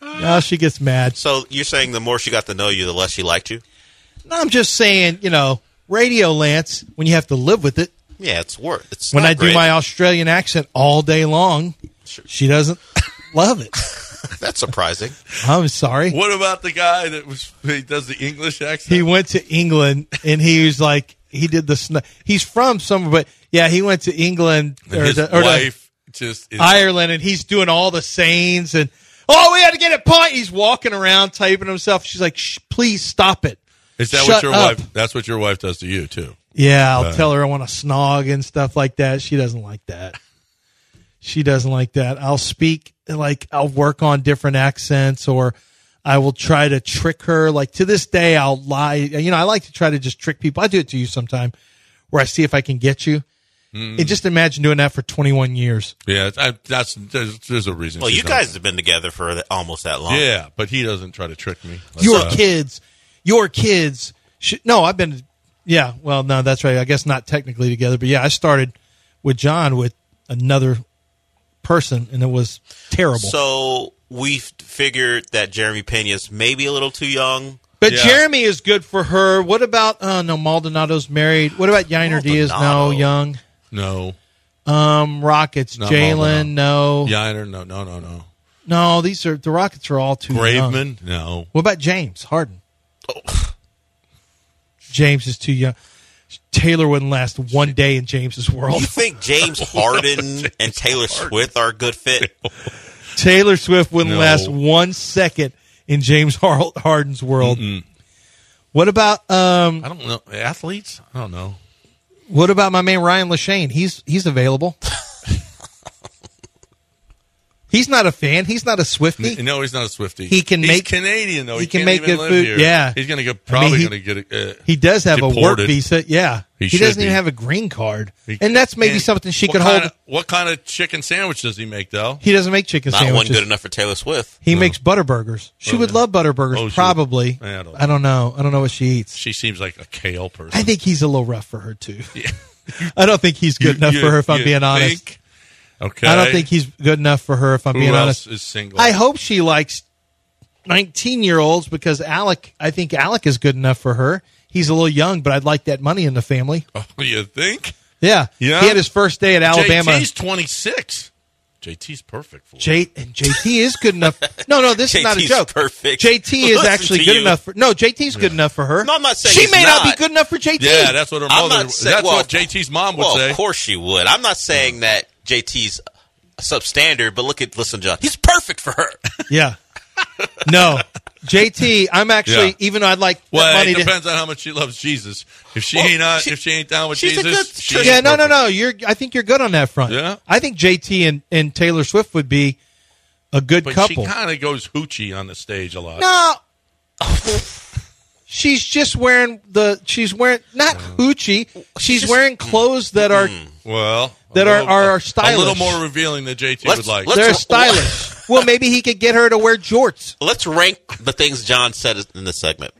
Speaker 3: Ah.
Speaker 1: Now she gets mad.
Speaker 5: So you're saying the more she got to know you, the less she liked you?
Speaker 1: No, I'm just saying, you know, radio Lance. When you have to live with it.
Speaker 5: Yeah, it's worth. It's
Speaker 1: When
Speaker 5: not
Speaker 1: I do
Speaker 5: great.
Speaker 1: my Australian accent all day long, she doesn't love it.
Speaker 5: that's surprising.
Speaker 1: I'm sorry.
Speaker 3: What about the guy that was he does the English accent?
Speaker 1: he went to England and he was like he did the snow. He's from somewhere, but yeah, he went to England
Speaker 3: And
Speaker 1: or,
Speaker 3: his
Speaker 1: the, or the
Speaker 3: wife just is,
Speaker 1: Ireland, and he's doing all the sayings and oh, we had to get it point. He's walking around typing himself. She's like, Shh, please stop it.
Speaker 3: is that
Speaker 1: shut
Speaker 3: what your
Speaker 1: up.
Speaker 3: wife? That's what your wife does to you too.
Speaker 1: Yeah, I'll tell her I want to snog and stuff like that. She doesn't like that. She doesn't like that. I'll speak like I'll work on different accents or I will try to trick her. Like to this day, I'll lie. You know, I like to try to just trick people. I do it to you sometime where I see if I can get you. And just imagine doing that for 21 years.
Speaker 3: Yeah, it's- I, that's there's, there's a reason.
Speaker 5: Well,
Speaker 3: she's
Speaker 5: you
Speaker 3: not-
Speaker 5: guys have been together for th- almost that long.
Speaker 3: Yeah, but he doesn't try to trick me. Like,
Speaker 1: Your
Speaker 3: uh,
Speaker 1: kids, your kids. Should, no, I've been, yeah, well, no, that's right. I guess not technically together, but yeah, I started with John with another person and it was terrible.
Speaker 5: So we f- figured that Jeremy Pena's maybe a little too young.
Speaker 1: but
Speaker 3: Yeah.
Speaker 1: Jeremy is good for her. What about, oh, no, Maldonado's married. What about Yiner Diaz? No,
Speaker 5: Maldonado.
Speaker 1: young.
Speaker 3: No,
Speaker 1: Um, Rockets,
Speaker 3: Not
Speaker 1: Jalen, no.
Speaker 3: Yiner, no, no, no, no.
Speaker 1: No, these are, the Rockets are all too young.
Speaker 3: Graveman, Oh. no.
Speaker 1: What about James Harden? James is too young. Taylor wouldn't last one day in James's world.
Speaker 5: You think James Harden and Taylor Swift are a good fit?
Speaker 1: Taylor Swift wouldn't
Speaker 3: No.
Speaker 1: last one second in James Har- Harden's world. What about um?
Speaker 3: I don't know athletes. I don't know.
Speaker 1: What about my man Ryan Lashane? He's he's available. he's not a fan. He's not a Swifty.
Speaker 3: N- No, he's not a Swifty.
Speaker 1: He can
Speaker 3: he's
Speaker 1: make-
Speaker 3: Canadian though.
Speaker 1: he
Speaker 3: He,
Speaker 1: can
Speaker 3: can't
Speaker 1: make
Speaker 3: even
Speaker 1: good
Speaker 3: live
Speaker 1: food.
Speaker 3: Here.
Speaker 1: Yeah.
Speaker 3: he's gonna get probably
Speaker 1: he-
Speaker 3: gonna get. Uh,
Speaker 1: He does have a work
Speaker 3: Deported.
Speaker 1: visa. Yeah,
Speaker 3: He
Speaker 1: he,
Speaker 3: should
Speaker 1: doesn't even
Speaker 3: be.
Speaker 1: have a green card,
Speaker 3: he-
Speaker 1: and that's maybe
Speaker 3: and
Speaker 1: something she
Speaker 3: what
Speaker 1: could
Speaker 3: kind
Speaker 1: hold.
Speaker 3: of- what kind of chicken sandwich does he make though?
Speaker 1: he doesn't make chicken
Speaker 5: Not one
Speaker 1: sandwiches.
Speaker 5: good enough for Taylor Swift.
Speaker 1: He makes butter burgers. She would love butter burgers,
Speaker 3: Oh, she-
Speaker 1: probably.
Speaker 3: Yeah, I
Speaker 1: I,
Speaker 3: don't
Speaker 1: don't know. I don't know what she eats.
Speaker 3: She seems like a kale person.
Speaker 1: I think he's a little rough for her too. I don't think he's good enough for her. If I'm being honest,
Speaker 3: Okay.
Speaker 1: I don't think he's good enough for her. If I'm
Speaker 3: Who
Speaker 1: being
Speaker 3: else
Speaker 1: honest,
Speaker 3: is single?
Speaker 1: I hope she likes 19 year olds because Alec. I think Alec is good enough for her. He's a little young, but I'd like that money in the family.
Speaker 3: Oh, you think?
Speaker 1: Yeah,
Speaker 3: Yeah.
Speaker 1: He had his first day at Alabama.
Speaker 3: JT's 26. JT's perfect for it.
Speaker 1: J and JT is good enough. No, no, this is not a
Speaker 5: JT 's
Speaker 1: joke.
Speaker 5: perfect.
Speaker 1: JT is
Speaker 5: Listen
Speaker 1: actually
Speaker 5: to
Speaker 1: good
Speaker 5: you.
Speaker 1: enough. For, no, JT's good enough for her.
Speaker 5: No, I'm not saying
Speaker 1: she
Speaker 5: he's
Speaker 1: may not.
Speaker 5: not.
Speaker 1: be good enough for JT.
Speaker 3: Yeah, that's what her
Speaker 5: I'm
Speaker 3: mother.
Speaker 5: not saying-
Speaker 3: that's
Speaker 5: well,
Speaker 3: what JT's mom would
Speaker 5: Well,
Speaker 3: say.
Speaker 5: of course she would. I'm not saying that JT's substandard, but look at listen, John. He's perfect for her.
Speaker 1: Yeah. No. JT, I'm actually
Speaker 3: Yeah.
Speaker 1: even though I'd like that
Speaker 3: Well,
Speaker 1: money
Speaker 3: it
Speaker 1: to
Speaker 3: depends on how much she loves Jesus. If she
Speaker 5: Well,
Speaker 3: ain't not,
Speaker 5: she-
Speaker 3: if she ain't down with
Speaker 5: she's a
Speaker 3: Jesus,
Speaker 5: good
Speaker 3: she
Speaker 5: Christian.
Speaker 3: ain't
Speaker 1: Yeah, no, no,
Speaker 3: perfect.
Speaker 1: no. You're I think you're good on that front.
Speaker 3: Yeah?
Speaker 1: I think JT and, and Taylor Swift would be a good
Speaker 3: But
Speaker 1: couple.
Speaker 3: she kind of goes hoochie on the stage a lot.
Speaker 1: no. She's just wearing the. She's wearing not hoochie. She's
Speaker 5: Just-
Speaker 1: wearing clothes that are
Speaker 3: Mm-hmm. Well, a
Speaker 1: That are-
Speaker 3: little-
Speaker 1: are
Speaker 3: a-
Speaker 1: stylish.
Speaker 3: A little more revealing than JT
Speaker 5: Let's-
Speaker 3: would like.
Speaker 5: let's-
Speaker 1: they're stylish. well, maybe he could get her to wear jorts.
Speaker 5: Let's rank the things John said in this segment.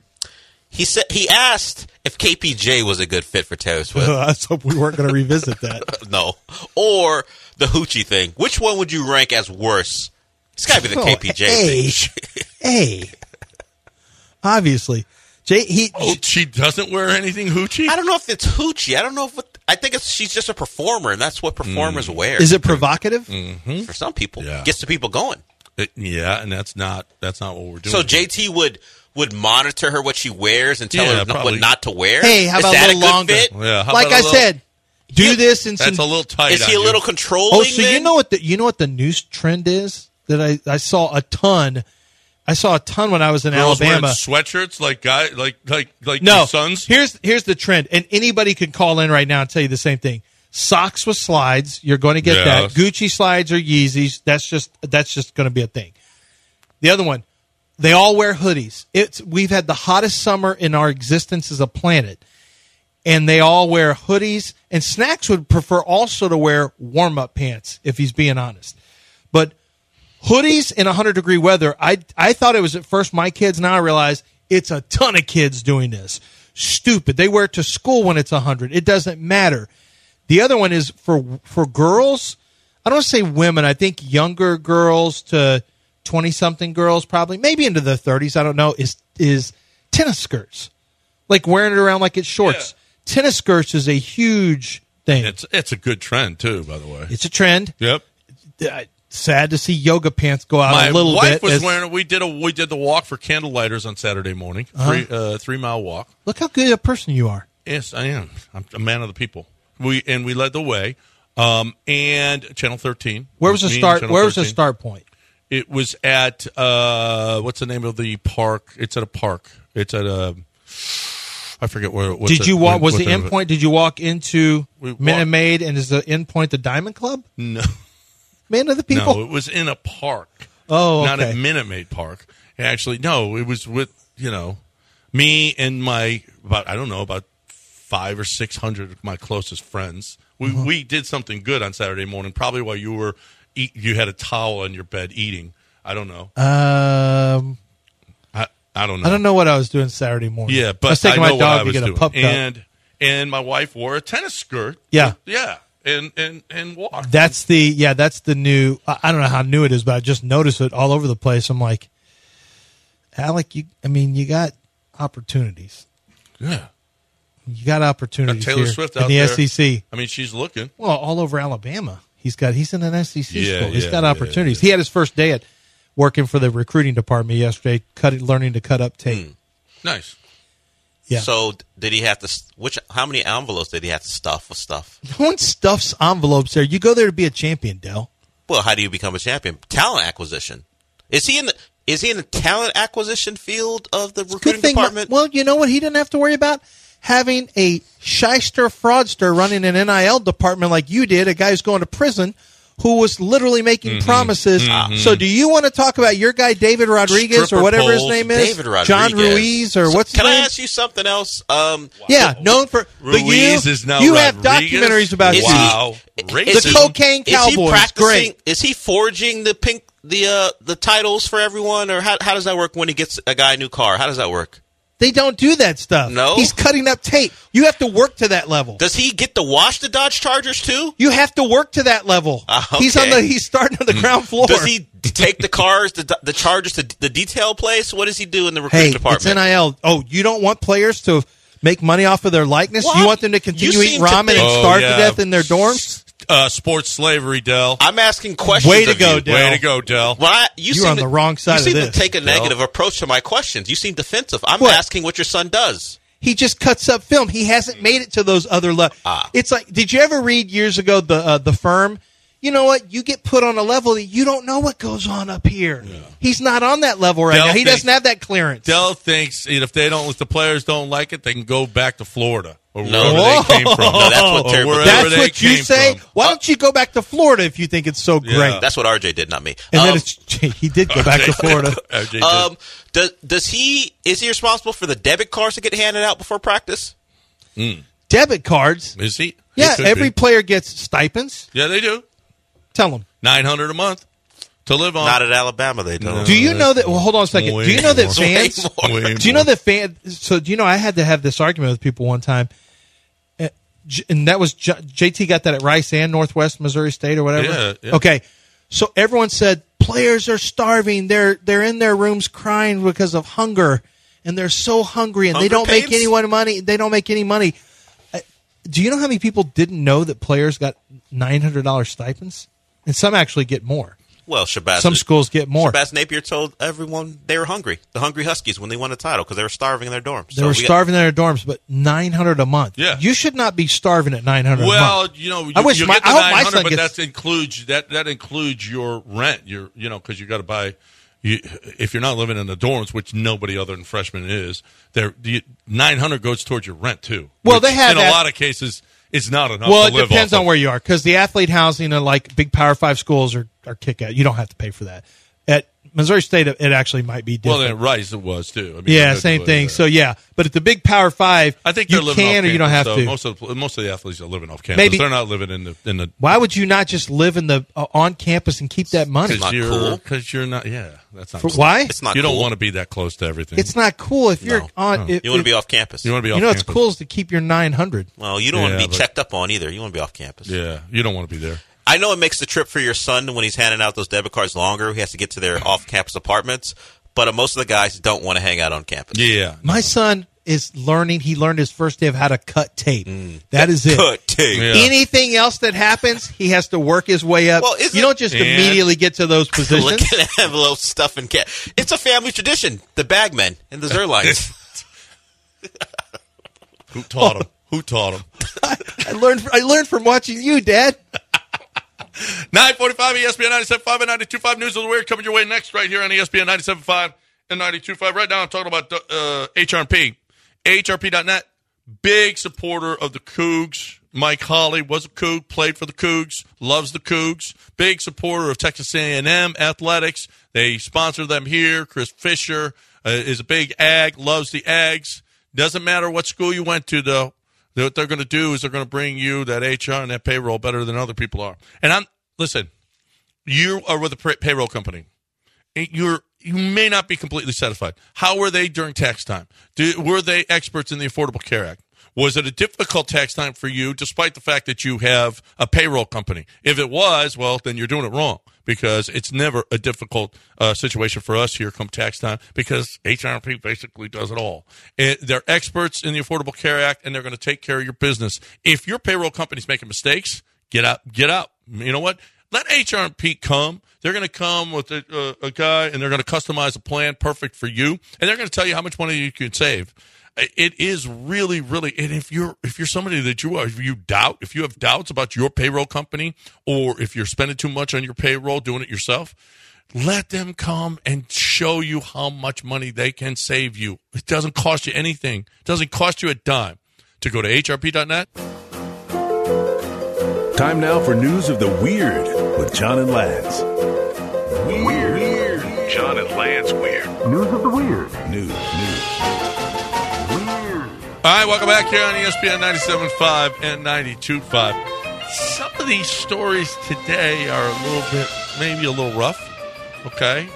Speaker 5: He said he asked if KPJ was a good fit for Taylor Swift.
Speaker 1: I was hoping we weren't going to revisit that.
Speaker 5: no, or the hoochie thing. Which one would you rank as worse? It's got to be the
Speaker 1: Oh,
Speaker 5: KPJ
Speaker 1: hey.
Speaker 5: thing.
Speaker 1: Hey, obviously, Jay. He
Speaker 3: Oh, she doesn't wear anything hoochie.
Speaker 5: I don't know if it's hoochie. I don't know if what, I think it's she's just a performer, and that's what performers wear.
Speaker 1: is it provocative?
Speaker 5: for some people?
Speaker 3: Mm. Yeah.
Speaker 5: Gets the people going.
Speaker 3: It- yeah, and that's not that's not what we're doing.
Speaker 5: So JT would would monitor her what she wears and tell
Speaker 3: Yeah,
Speaker 5: her not,
Speaker 3: probably.
Speaker 5: what not to wear.
Speaker 1: Hey, how
Speaker 5: Is
Speaker 1: about
Speaker 5: that
Speaker 1: a little
Speaker 5: good
Speaker 1: longer?
Speaker 5: fit?
Speaker 3: Yeah, how
Speaker 1: like
Speaker 3: about a
Speaker 1: I
Speaker 3: little-
Speaker 1: said, do
Speaker 5: Yeah,
Speaker 1: this in
Speaker 3: that's
Speaker 1: some
Speaker 3: a little tight.
Speaker 5: Is he
Speaker 3: on
Speaker 5: a little
Speaker 3: you.
Speaker 5: controlling?
Speaker 1: Oh, so you
Speaker 5: then?
Speaker 1: know what the you know what the news trend is that I, I saw a ton, I saw a ton when I was in
Speaker 3: Girls wearing
Speaker 1: Alabama.
Speaker 3: sweatshirts like guy like like like
Speaker 1: No,
Speaker 3: your sons?
Speaker 1: here's here's the trend, and anybody could call in right now and tell you the same thing. Socks with slides, you're going to get that.
Speaker 3: Yes.
Speaker 1: Gucci slides or Yeezys, that's just that's just going to be a thing. The other one, they all wear hoodies. It's we've had the hottest summer in our existence as a planet, and they all wear hoodies. And Snacks would prefer also to wear warm up pants if he's being honest, but hoodies in 100 degree weather i i thought it was at first my kids now i realize it's a ton of kids doing this stupid they wear it to school when it's 100 it doesn't matter the other one is for for girls i don't say women i think younger girls to 20 something girls probably maybe into the 30s i don't know is is tennis skirts like wearing it around like it's shorts tennis skirts is a huge thing it's,
Speaker 3: It's it's a good trend too, by the way.
Speaker 1: a trend
Speaker 3: Yep.
Speaker 1: Uh, sad to see yoga pants go out
Speaker 3: My
Speaker 1: a little
Speaker 3: wife
Speaker 1: bit
Speaker 3: was
Speaker 1: as-
Speaker 3: wearing. We did a we did the walk for candlelighters on Saturday morning,
Speaker 1: Uh-huh.
Speaker 3: three uh, three mile walk.
Speaker 1: Look how good a person you are.
Speaker 3: Yes, I am. I'm a man of the people. We and we led the way. Um, and Channel 13.
Speaker 1: Where was the
Speaker 3: Me and
Speaker 1: start?
Speaker 3: Channel
Speaker 1: Where was the
Speaker 3: 13.
Speaker 1: start point?
Speaker 3: It was at uh, what's the name of the park? It's at a park. It's at a. I forget where. what's
Speaker 1: Did
Speaker 3: it-
Speaker 1: you walk?
Speaker 3: what-
Speaker 1: Was
Speaker 3: what's
Speaker 1: the
Speaker 3: name of
Speaker 1: end
Speaker 3: it?
Speaker 1: point? Did you walk into
Speaker 3: We walked-
Speaker 1: Minute Maid? And is the end point the Diamond Club?
Speaker 3: No,
Speaker 1: Man of the people.
Speaker 3: no, it was in a park.
Speaker 1: oh,
Speaker 3: not at
Speaker 1: okay.
Speaker 3: Minute Maid Park. Actually, no, it was with you know me and my about I don't know about five or six hundred of my closest friends. We
Speaker 1: Uh-huh.
Speaker 3: we did something good on Saturday morning, probably while you were eat, you had a towel on your bed eating. I don't know.
Speaker 1: um,
Speaker 3: I I don't know.
Speaker 1: Uh, I don't know what I was doing Saturday morning.
Speaker 3: Yeah, but
Speaker 1: I was taking
Speaker 3: I
Speaker 1: my
Speaker 3: know what I
Speaker 1: dog to
Speaker 3: was
Speaker 1: get
Speaker 3: doing.
Speaker 1: a pup cup.
Speaker 3: and and my wife wore a tennis skirt.
Speaker 1: Yeah.
Speaker 3: yeah, and and and walked.
Speaker 1: that's the yeah. That's the new. I, I don't know how new it is, but I just noticed it all over the place. I'm like, Alec, you. I mean, you got opportunities.
Speaker 3: yeah,
Speaker 1: You got opportunities
Speaker 3: Taylor
Speaker 1: here
Speaker 3: Swift
Speaker 1: in
Speaker 3: out
Speaker 1: the E
Speaker 3: there.
Speaker 1: SEC.
Speaker 3: I mean she's looking.
Speaker 1: Well, all over Alabama. He's got he's in an SEC
Speaker 3: Yeah,
Speaker 1: school. He's
Speaker 3: yeah,
Speaker 1: got
Speaker 3: yeah,
Speaker 1: opportunities. He had his first day at working for the recruiting department yesterday, cutting learning to cut up tape.
Speaker 5: Hmm.
Speaker 3: Nice.
Speaker 1: Yeah.
Speaker 5: So d- did he have to? s- Which how many envelopes did he have to stuff with stuff?
Speaker 1: No one stuffs envelopes there. You go there to be a champion, Dell.
Speaker 5: Well, how do you become a champion? Talent acquisition. Is he in the? Is he in the talent acquisition field of the recruiting department?
Speaker 1: well, you know what he didn't have to worry about? Having a shyster fraudster running an NIL department like you did, a guy who's going to prison who was literally making
Speaker 5: Mm-hmm.
Speaker 1: promises. So do you want to talk about your guy David Rodriguez
Speaker 3: Stripper
Speaker 1: or whatever his
Speaker 3: poles,
Speaker 1: name is?
Speaker 5: David Rodriguez,
Speaker 1: John Ruiz or
Speaker 5: So,
Speaker 1: what's his
Speaker 5: Can I
Speaker 1: name?
Speaker 5: ask you something else? Um,
Speaker 1: Yeah, known for the you,
Speaker 3: Ruiz is now
Speaker 1: you have
Speaker 3: Rodriguez?
Speaker 1: documentaries about
Speaker 5: Is
Speaker 1: you.
Speaker 5: he-
Speaker 3: Wow.
Speaker 5: is
Speaker 1: The
Speaker 5: he-
Speaker 1: cocaine cowboy is
Speaker 5: practicing-
Speaker 1: great.
Speaker 5: Is he forging the pink the uh, the titles for everyone, or how how does that work when he gets a guy a new car? How does that work?
Speaker 1: They don't do that stuff.
Speaker 5: No?
Speaker 1: he's cutting up tape. You have to work to that level.
Speaker 5: Does he get to wash the Dodge Chargers too?
Speaker 1: you have to work to that level.
Speaker 5: Ah, okay. Hmm.
Speaker 1: He's on the. He's starting on the ground floor.
Speaker 5: Does he d- take the cars, the, the Chargers to d- the detail place? What does he do in the recruiting
Speaker 1: Hey, it's
Speaker 5: department?
Speaker 1: nil. Oh, you don't want players to make money off of their likeness.
Speaker 5: What?
Speaker 1: You want them to continue
Speaker 5: You
Speaker 1: eating
Speaker 5: seem to
Speaker 1: ramen and
Speaker 5: think-
Speaker 1: starve
Speaker 3: Oh, yeah.
Speaker 1: to death in their dorms.
Speaker 3: Uh, sports slavery, Dell.
Speaker 5: I'm asking questions.
Speaker 1: Way to
Speaker 5: of
Speaker 1: go,
Speaker 5: you.
Speaker 1: Dell.
Speaker 3: Way to go, Dell.
Speaker 5: When I, you
Speaker 1: You're
Speaker 5: seem
Speaker 1: on
Speaker 5: to-
Speaker 1: the wrong side
Speaker 5: You
Speaker 1: of
Speaker 5: seem
Speaker 1: this,
Speaker 5: to take a
Speaker 3: Dell.
Speaker 5: negative approach to my questions. You seem defensive. I'm
Speaker 1: What?
Speaker 5: asking what your son does.
Speaker 1: He just cuts up film.
Speaker 3: Ah.
Speaker 1: He hasn't made it to those other levels. It's like, did you ever read years ago the uh, the firm? you know what? You get put on a level that you don't know what goes on up here. He's not on that level right
Speaker 3: They'll
Speaker 1: now. He
Speaker 3: think-
Speaker 1: doesn't have that clearance.
Speaker 3: Dell thinks if they don't, if the players don't like it, they can go back to Florida or
Speaker 5: No.
Speaker 3: wherever they came from.
Speaker 5: No, that's what
Speaker 3: Or
Speaker 5: Terry-
Speaker 3: wherever
Speaker 1: That's
Speaker 3: they
Speaker 1: what you
Speaker 3: came
Speaker 1: say.
Speaker 3: from.
Speaker 1: Why don't you go back to Florida if you think it's so
Speaker 3: Yeah.
Speaker 1: great?
Speaker 5: That's what RJ did, not me.
Speaker 1: And then
Speaker 5: Um,
Speaker 1: it's, he did go back to Florida.
Speaker 3: RJ did.
Speaker 5: um, does does he is he responsible for the debit cards that get handed out before practice?
Speaker 1: Debit cards.
Speaker 3: Is he?
Speaker 1: Yeah,
Speaker 3: It could
Speaker 1: every
Speaker 3: be.
Speaker 1: player gets stipends.
Speaker 3: yeah they do
Speaker 1: Tell them.
Speaker 3: nine hundred a month to live on.
Speaker 5: Not at Alabama, they don't.
Speaker 1: Do you know that? Well, hold on a second.
Speaker 3: Uh, Way
Speaker 1: Do you know that
Speaker 3: more.
Speaker 1: fans?
Speaker 5: Way more.
Speaker 1: Do you know that fans? So do you know I had to have this argument with people one time, Uh, J- and that was J- JT got that at Rice and Northwest Missouri State or whatever.
Speaker 3: Yeah, yeah.
Speaker 1: Okay, so everyone said players are starving. They're they're in their rooms crying because of hunger, and they're so hungry, and they
Speaker 5: Hunger
Speaker 1: don't make
Speaker 5: pains?
Speaker 1: anyone money. They don't make any money. Uh, Do you know how many people didn't know that players got nine hundred dollars stipends, and some actually get more.
Speaker 5: Well, Shabazz.
Speaker 1: Some schools get more.
Speaker 5: Shabazz Napier told everyone they were hungry. The hungry Huskies when they won the title because they were starving in their dorms.
Speaker 1: They
Speaker 5: So
Speaker 1: were
Speaker 5: we got-
Speaker 1: starving in their dorms, but nine hundred a month.
Speaker 3: Yeah.
Speaker 1: you should not be starving at nine hundred. a
Speaker 3: Well,
Speaker 1: month.
Speaker 3: you know, you,
Speaker 1: I wish
Speaker 3: you
Speaker 1: my-
Speaker 3: get the
Speaker 1: I hope my
Speaker 3: 900,
Speaker 1: son
Speaker 3: but
Speaker 1: gets-
Speaker 3: that includes that that includes your rent. Your you know because you got to buy. You, if you're not living in the dorms, which nobody other than freshmen is, there the 900 goes towards your rent too.
Speaker 1: Well,
Speaker 3: which
Speaker 1: they have
Speaker 3: in
Speaker 1: that-
Speaker 3: a lot of cases it's not enough.
Speaker 1: well,
Speaker 3: to
Speaker 1: it
Speaker 3: live
Speaker 1: depends
Speaker 3: off
Speaker 1: on
Speaker 3: of.
Speaker 1: where you are because the athlete housing and like big Power Five schools are are kick out. You don't have to pay for that. At Missouri State, it actually might be
Speaker 3: Well,
Speaker 1: different.
Speaker 3: then at Rice it was too. I mean,
Speaker 1: yeah,
Speaker 3: it
Speaker 1: same
Speaker 3: was
Speaker 1: thing.
Speaker 3: there.
Speaker 1: So yeah, but at the big Power Five,
Speaker 3: uh, I think they're
Speaker 1: you
Speaker 3: living
Speaker 1: can
Speaker 3: off
Speaker 1: or you don't
Speaker 3: campus,
Speaker 1: have
Speaker 3: though.
Speaker 1: to.
Speaker 3: Most of the, most of the athletes are living off campus.
Speaker 1: Maybe-
Speaker 3: they're not living in the in the
Speaker 1: Why would you not just live in the uh, on campus and keep that money?
Speaker 5: not
Speaker 3: you're,
Speaker 5: cool.
Speaker 3: because you're not. Yeah, that's not.
Speaker 1: For-
Speaker 3: cool.
Speaker 1: why?
Speaker 5: It's not.
Speaker 3: you
Speaker 5: cool.
Speaker 3: don't want to be that close to everything.
Speaker 1: It's not cool if you're
Speaker 5: No.
Speaker 1: on. If,
Speaker 5: You want to
Speaker 1: if-
Speaker 5: be off campus.
Speaker 3: you want to be.
Speaker 1: You
Speaker 3: off
Speaker 1: know, it's
Speaker 3: campus.
Speaker 1: cool is to keep your nine hundred.
Speaker 5: well, you don't want
Speaker 3: Yeah,
Speaker 5: to be
Speaker 3: but-
Speaker 5: checked up on either. You want to be off campus.
Speaker 3: Yeah, you don't want to be there.
Speaker 5: I know it makes the trip for your son when he's handing out those debit cards longer. He has to get to their off-campus apartments, but uh, most of the guys don't want to hang out on campus.
Speaker 3: Yeah,
Speaker 1: My son is learning. He learned his first day of how to cut tape. That is it.
Speaker 5: Good take.
Speaker 3: Mm. Yeah.
Speaker 1: Anything else that happens, he has to work his way up.
Speaker 5: Well, isn't-
Speaker 1: you don't just
Speaker 3: And-
Speaker 1: immediately get to those
Speaker 5: Look
Speaker 1: positions.
Speaker 5: at envelope stuff and cat. It's a family tradition. The bagmen and the Zerlines.
Speaker 3: Who taught him? Who taught him?
Speaker 1: I learned. I learned from watching you, Dad.
Speaker 3: 945 ESPN 975 and 925 News of the Weird coming your way next right here on E ESPN 975 and 925. Right now, I'm talking about uh, HRP. HRP.net, big supporter of the Cougs. Mike Holly was a Coug, played for the Cougs, loves the Cougs. Big supporter of Texas A&M athletics. They sponsor them here. Chris Fisher uh, is a big ag, loves the ags. Doesn't matter what school you went to, though. Th- What they're going to do is they're going to bring you that HR and that payroll better than other people are. And I'm listen. You are with a pay- payroll company. And You're you may not be completely satisfied. How were they during tax time? Do, were they experts in the Affordable Care Act? Was it a difficult tax time for you, despite the fact that you have a payroll company? If it was, well, then you're doing it wrong because it's never a difficult uh, situation for us here come tax time because HRP basically does it all. It, they're experts in the Affordable Care Act and they're going to take care of your business. If your payroll company's making mistakes, get out, get out. You know what? Let HRP come. They're going to come with a, a, a guy and they're going to customize a plan perfect for you, and they're going to tell you how much money you can save. It is really, really, and if you're if you're somebody that you are, if you doubt, if you have doubts about your payroll company, or if you're spending too much on your payroll doing it yourself, let them come and show you how much money they can save you. It doesn't cost you anything. It doesn't cost you a dime to go to hrp.net.
Speaker 2: Time now for news of the weird with John and Lance. Weird. weird. John and Lance Weird. News of the weird. News. News.
Speaker 3: All right, welcome back here on E ESPN 97.5 and 92.5. Some of these stories today are a little bit, maybe a little rough. Okay.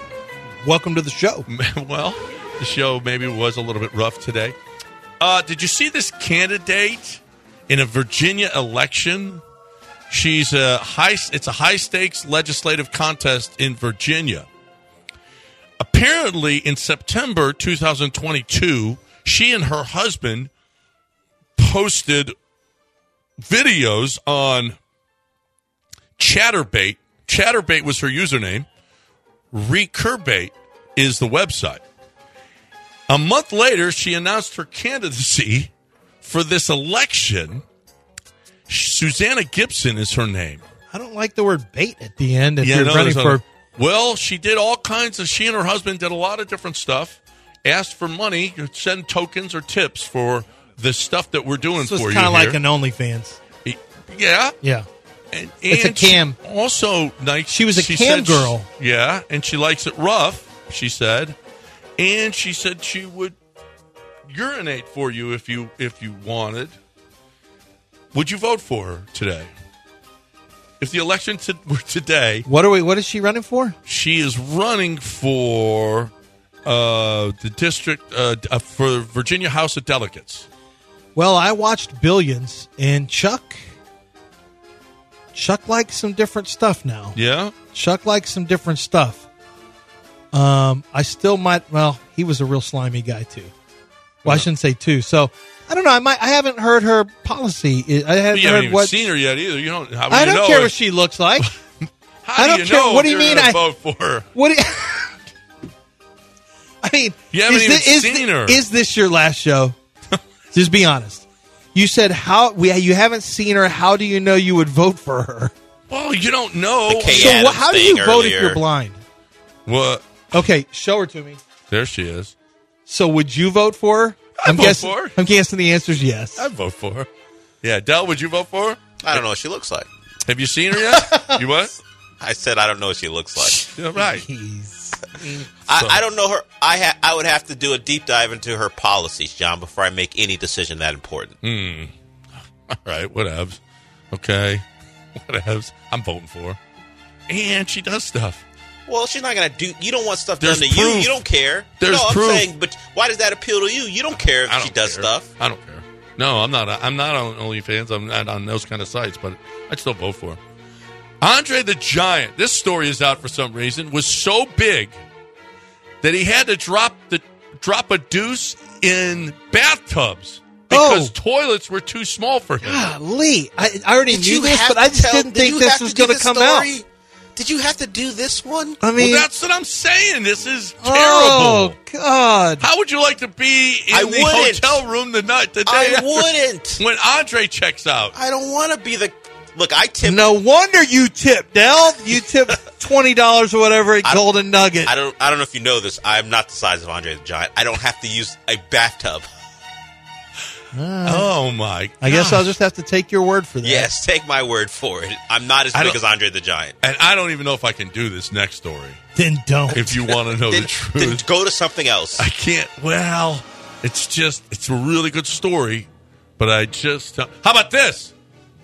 Speaker 1: Welcome to the show.
Speaker 3: Well, the show maybe was a little bit rough today. Uh, did you see this candidate in a Virginia election? She's a high. It's a high stakes legislative contest in Virginia. Apparently, in September 2022, she and her husband posted videos on Chatterbait. Chatterbait was her username. Recurbate is the website. A month later, she announced her candidacy for this election. Susanna Gibson is her name. I
Speaker 1: I don't like the word bait at the end. If
Speaker 3: Yeah,
Speaker 1: you're
Speaker 3: no,
Speaker 1: running
Speaker 3: there's
Speaker 1: for
Speaker 3: other- well, she did all kinds of. She and her husband did a lot of different stuff. Asked for money, send tokens or tips for the stuff that we're doing
Speaker 1: so
Speaker 3: for
Speaker 1: it's
Speaker 3: you.
Speaker 1: kind of like
Speaker 3: here.
Speaker 1: an OnlyFans.
Speaker 3: yeah,
Speaker 1: Yeah,
Speaker 3: and,
Speaker 1: It's a
Speaker 3: and she
Speaker 1: cam.
Speaker 3: also, like
Speaker 1: She was a
Speaker 3: said
Speaker 1: cam
Speaker 3: she-
Speaker 1: girl.
Speaker 3: yeah, and she likes it rough. She said, and she said she would urinate for you if you if you wanted. Would you vote for her today? If the election to, were today,
Speaker 1: What are we? What is she running for?
Speaker 3: she is running for uh, the district uh, d- uh, for Virginia House of Delegates.
Speaker 1: Well, I watched Billions, and Chuck, Chuck likes some different stuff now.
Speaker 3: Yeah,
Speaker 1: Chuck likes some different stuff. Um, I still might. Well, he was a real slimy guy too. Well, I shouldn't say too. So I don't know. I might. I haven't heard her policy. I haven't
Speaker 3: you haven't
Speaker 1: heard
Speaker 3: even
Speaker 1: what.
Speaker 3: seen her yet either. You don't. How do
Speaker 1: I
Speaker 3: you
Speaker 1: don't
Speaker 3: know
Speaker 1: care
Speaker 3: if-
Speaker 1: what she looks like.
Speaker 3: How
Speaker 1: I
Speaker 3: do
Speaker 1: don't
Speaker 3: you
Speaker 1: care.
Speaker 3: know
Speaker 1: What
Speaker 3: if
Speaker 1: do you
Speaker 3: you're
Speaker 1: mean
Speaker 3: gonna
Speaker 1: I-
Speaker 3: vote for her?
Speaker 1: What? Do you, I mean,
Speaker 3: You haven't
Speaker 1: is
Speaker 3: even
Speaker 1: thi- is
Speaker 3: seen
Speaker 1: thi-
Speaker 3: her.
Speaker 1: Is this your last show? Just be honest. You said how we you haven't seen her. How do you know you would vote for her?
Speaker 3: Well, Oh, you don't know.
Speaker 5: The Kay
Speaker 1: so wha-
Speaker 5: Adams
Speaker 1: how do
Speaker 5: thing
Speaker 1: you vote if
Speaker 5: earlier.
Speaker 1: you're blind?
Speaker 3: What?
Speaker 1: Okay, show her to me.
Speaker 3: There she is.
Speaker 1: So would you vote for her?
Speaker 3: I'd
Speaker 1: am
Speaker 3: vote
Speaker 1: guessing.
Speaker 3: for her.
Speaker 1: I'm guessing the answer is yes.
Speaker 3: I'd vote for her. Yeah, Dell, would you vote for her?
Speaker 5: I don't know what she looks like.
Speaker 3: Have you seen her yet? you what?
Speaker 5: I said I don't know what she looks like.
Speaker 3: Yeah, right.
Speaker 1: Jeez.
Speaker 5: I, I don't know her. I ha- I would have to do a deep dive into her policies, John, before I make any decision that important.
Speaker 3: Mm. All right, whatevs. Okay, whatevs. I'm voting for her. And she does stuff.
Speaker 5: Well, she's not gonna do. You don't want stuff
Speaker 3: There's
Speaker 5: done to you.
Speaker 3: proof.
Speaker 5: You don't care.
Speaker 3: There's
Speaker 5: no, I'm
Speaker 3: proof.
Speaker 5: saying, but why does that appeal to you? You don't care if
Speaker 3: I
Speaker 5: she
Speaker 3: don't
Speaker 5: does
Speaker 3: care.
Speaker 5: stuff.
Speaker 3: I don't care. No, I'm not. I'm not on OnlyFans. I'm not on those kind of sites, but I'd still vote for him. Andre the Giant. This story is out for some reason. Was so big that he had to drop the drop a deuce in bathtubs because
Speaker 1: Oh.
Speaker 3: toilets were too small for him.
Speaker 1: Golly, I, I already knew this, but I
Speaker 5: to
Speaker 1: just
Speaker 5: tell-
Speaker 1: didn't
Speaker 5: did
Speaker 1: think
Speaker 5: you
Speaker 1: this
Speaker 5: have
Speaker 1: was
Speaker 5: to do
Speaker 1: going to
Speaker 5: this
Speaker 1: come out.
Speaker 5: story? Did you have to do this one?
Speaker 1: I
Speaker 3: Well,
Speaker 1: mean,
Speaker 3: that's what I'm saying. This is terrible.
Speaker 1: oh God.
Speaker 3: How would you like to be in
Speaker 5: I
Speaker 3: the
Speaker 5: wouldn't.
Speaker 3: hotel room the night the day
Speaker 5: I
Speaker 3: after
Speaker 5: wouldn't.
Speaker 3: when Andre checks out?
Speaker 5: I don't want to be the. Look, I tip.
Speaker 1: No wonder you tipped, Dell. You tipped twenty dollars or whatever at
Speaker 5: I-
Speaker 1: Golden Nugget.
Speaker 5: I don't. I don't know if you know this. I'm not the size of Andre the Giant. I don't have to use a bathtub.
Speaker 3: Oh my!
Speaker 1: I guess I'll
Speaker 3: gosh.
Speaker 1: just have to take your word for that.
Speaker 5: Yes, take my word for it. I'm not as
Speaker 3: I
Speaker 5: big
Speaker 3: don't-
Speaker 5: as Andre the Giant.
Speaker 3: And I don't even know if I can do this next story.
Speaker 1: Then don't.
Speaker 3: If you want to know the
Speaker 5: Then, then
Speaker 3: truth,
Speaker 5: go to something else.
Speaker 3: I can't. Well, it's just it's a really good story, but I just how about this?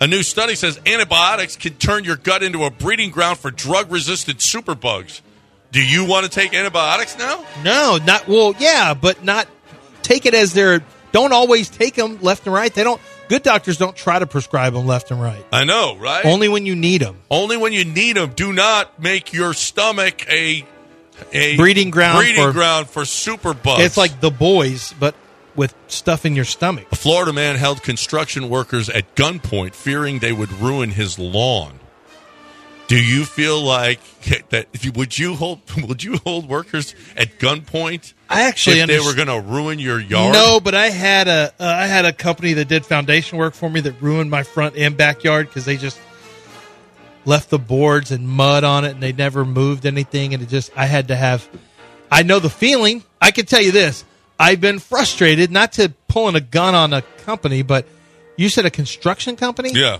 Speaker 3: A new study says antibiotics can turn your gut into a breeding ground for drug-resistant superbugs. Do you want to take antibiotics now?
Speaker 1: no, not well. Yeah, but not take it as their. Don't always take them left and right. They don't. Good doctors don't try to prescribe them left and right.
Speaker 3: I know, right?
Speaker 1: Only when you need them.
Speaker 3: Only when you need them. Do not make your stomach a a
Speaker 1: Breeding ground
Speaker 3: breeding
Speaker 1: for-
Speaker 3: ground for superbugs.
Speaker 1: It's like the boys, but with stuff in your stomach.
Speaker 3: A Florida man held construction workers at gunpoint, fearing they would ruin his lawn. Do you feel like that? If you, would you hold would you hold workers at gunpoint
Speaker 1: I actually
Speaker 3: if they
Speaker 1: underst-
Speaker 3: were going to ruin your yard?
Speaker 1: No, but I had a uh, I had a company that did foundation work for me that ruined my front and backyard because they just left the boards and mud on it and they never moved anything and it just I had to have I know the feeling. I can tell you this. I've been frustrated not to pulling a gun on a company, but you said a construction company?
Speaker 3: Yeah.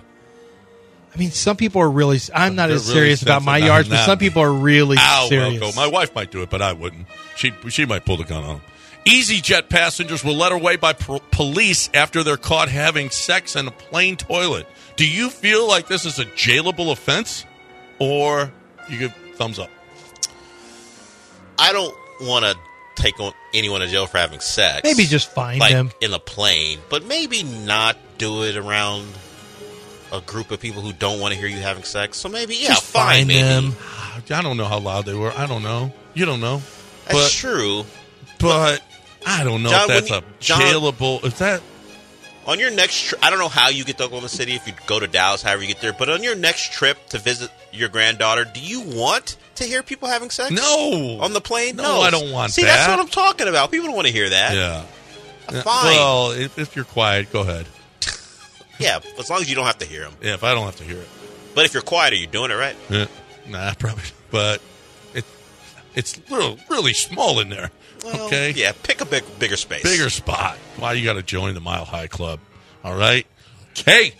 Speaker 1: I mean, some people are really I'm not
Speaker 3: They're
Speaker 1: as
Speaker 3: really
Speaker 1: serious about my
Speaker 3: sensitive.
Speaker 1: yards,
Speaker 3: I'm
Speaker 1: but
Speaker 3: not.
Speaker 1: some people are really
Speaker 3: Ow,
Speaker 1: serious.
Speaker 3: Wilco. My wife might do it, but I wouldn't. She she might pull the gun on him. EasyJet passengers were led away by pro- police after they're caught having sex in a plane toilet. Do you feel like this is a jailable offense, or you give thumbs up?
Speaker 5: I don't want to take on anyone to jail for having sex.
Speaker 1: Maybe just find
Speaker 5: like
Speaker 1: them.
Speaker 5: in a plane, but maybe not do it around a group of people who don't want to hear you having sex. So maybe yeah,
Speaker 1: Just
Speaker 5: fine,
Speaker 1: find
Speaker 5: maybe.
Speaker 1: them.
Speaker 3: I don't know how loud they were. I don't know. You don't know.
Speaker 5: That's
Speaker 3: But-
Speaker 5: true.
Speaker 3: But I don't know
Speaker 5: John,
Speaker 3: if that's
Speaker 5: when-
Speaker 3: a
Speaker 5: John-
Speaker 3: jailable. Is that
Speaker 5: On your next, tri- I don't know how you get to Oklahoma City if you go to Dallas, however you get there. But on your next trip to visit your granddaughter, do you want to hear people having sex?
Speaker 3: no
Speaker 5: On the plane?
Speaker 3: No, I don't want
Speaker 5: See,
Speaker 3: that.
Speaker 5: that's what I'm talking about. People don't want to hear that.
Speaker 3: Yeah.
Speaker 5: Fine.
Speaker 3: Well, if, if you're quiet, go ahead.
Speaker 5: yeah, as long as you don't have to hear them.
Speaker 3: Yeah, if I don't have to hear it.
Speaker 5: But if you're quiet, are you doing it right?
Speaker 3: Yeah. Nah, probably. But it, it's little, really small in there.
Speaker 5: Well,
Speaker 3: okay.
Speaker 5: Yeah, pick a big, bigger space.
Speaker 3: Bigger spot. Why you got to join the Mile High Club? All right. Hey,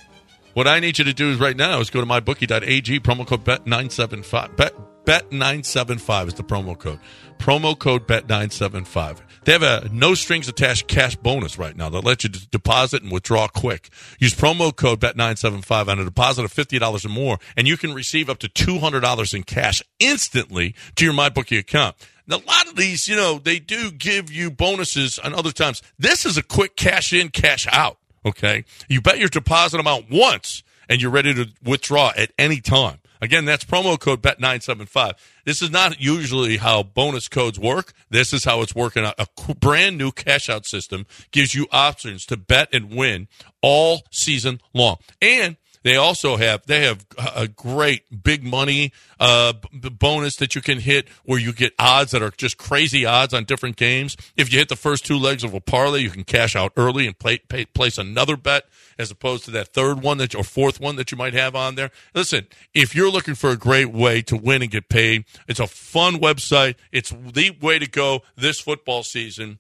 Speaker 3: what I need you to do is right now is go to mybookie.ag promo code bet nine seven five bet bet nine seven five is the promo code promo code bet nine seven five. They have a no strings attached cash bonus right now that lets you d- deposit and withdraw quick. Use promo code bet nine seven five on a deposit of fifty dollars or more, and you can receive up to two hundred dollars in cash instantly to your MyBookie account. And a lot of these, you know, they do give you bonuses on other times. This is a quick cash in, cash out. Okay. You bet your deposit amount once and you're ready to withdraw at any time. Again, that's promo code BET975. This is not usually how bonus codes work. This is how it's working out. A qu- brand new cash out system gives you options to bet and win all season long. And they also have they have a great big money uh, b- bonus that you can hit where you get odds that are just crazy odds on different games. If you hit the first two legs of a parlay, you can cash out early and play, pay, place another bet as opposed to that third one that or fourth one that you might have on there. Listen, if you're looking for a great way to win and get paid, it's a fun website. It's the way to go this football season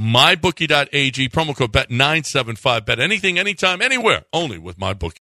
Speaker 3: mybookie.ag promo code bet975 bet anything anytime anywhere only with mybookie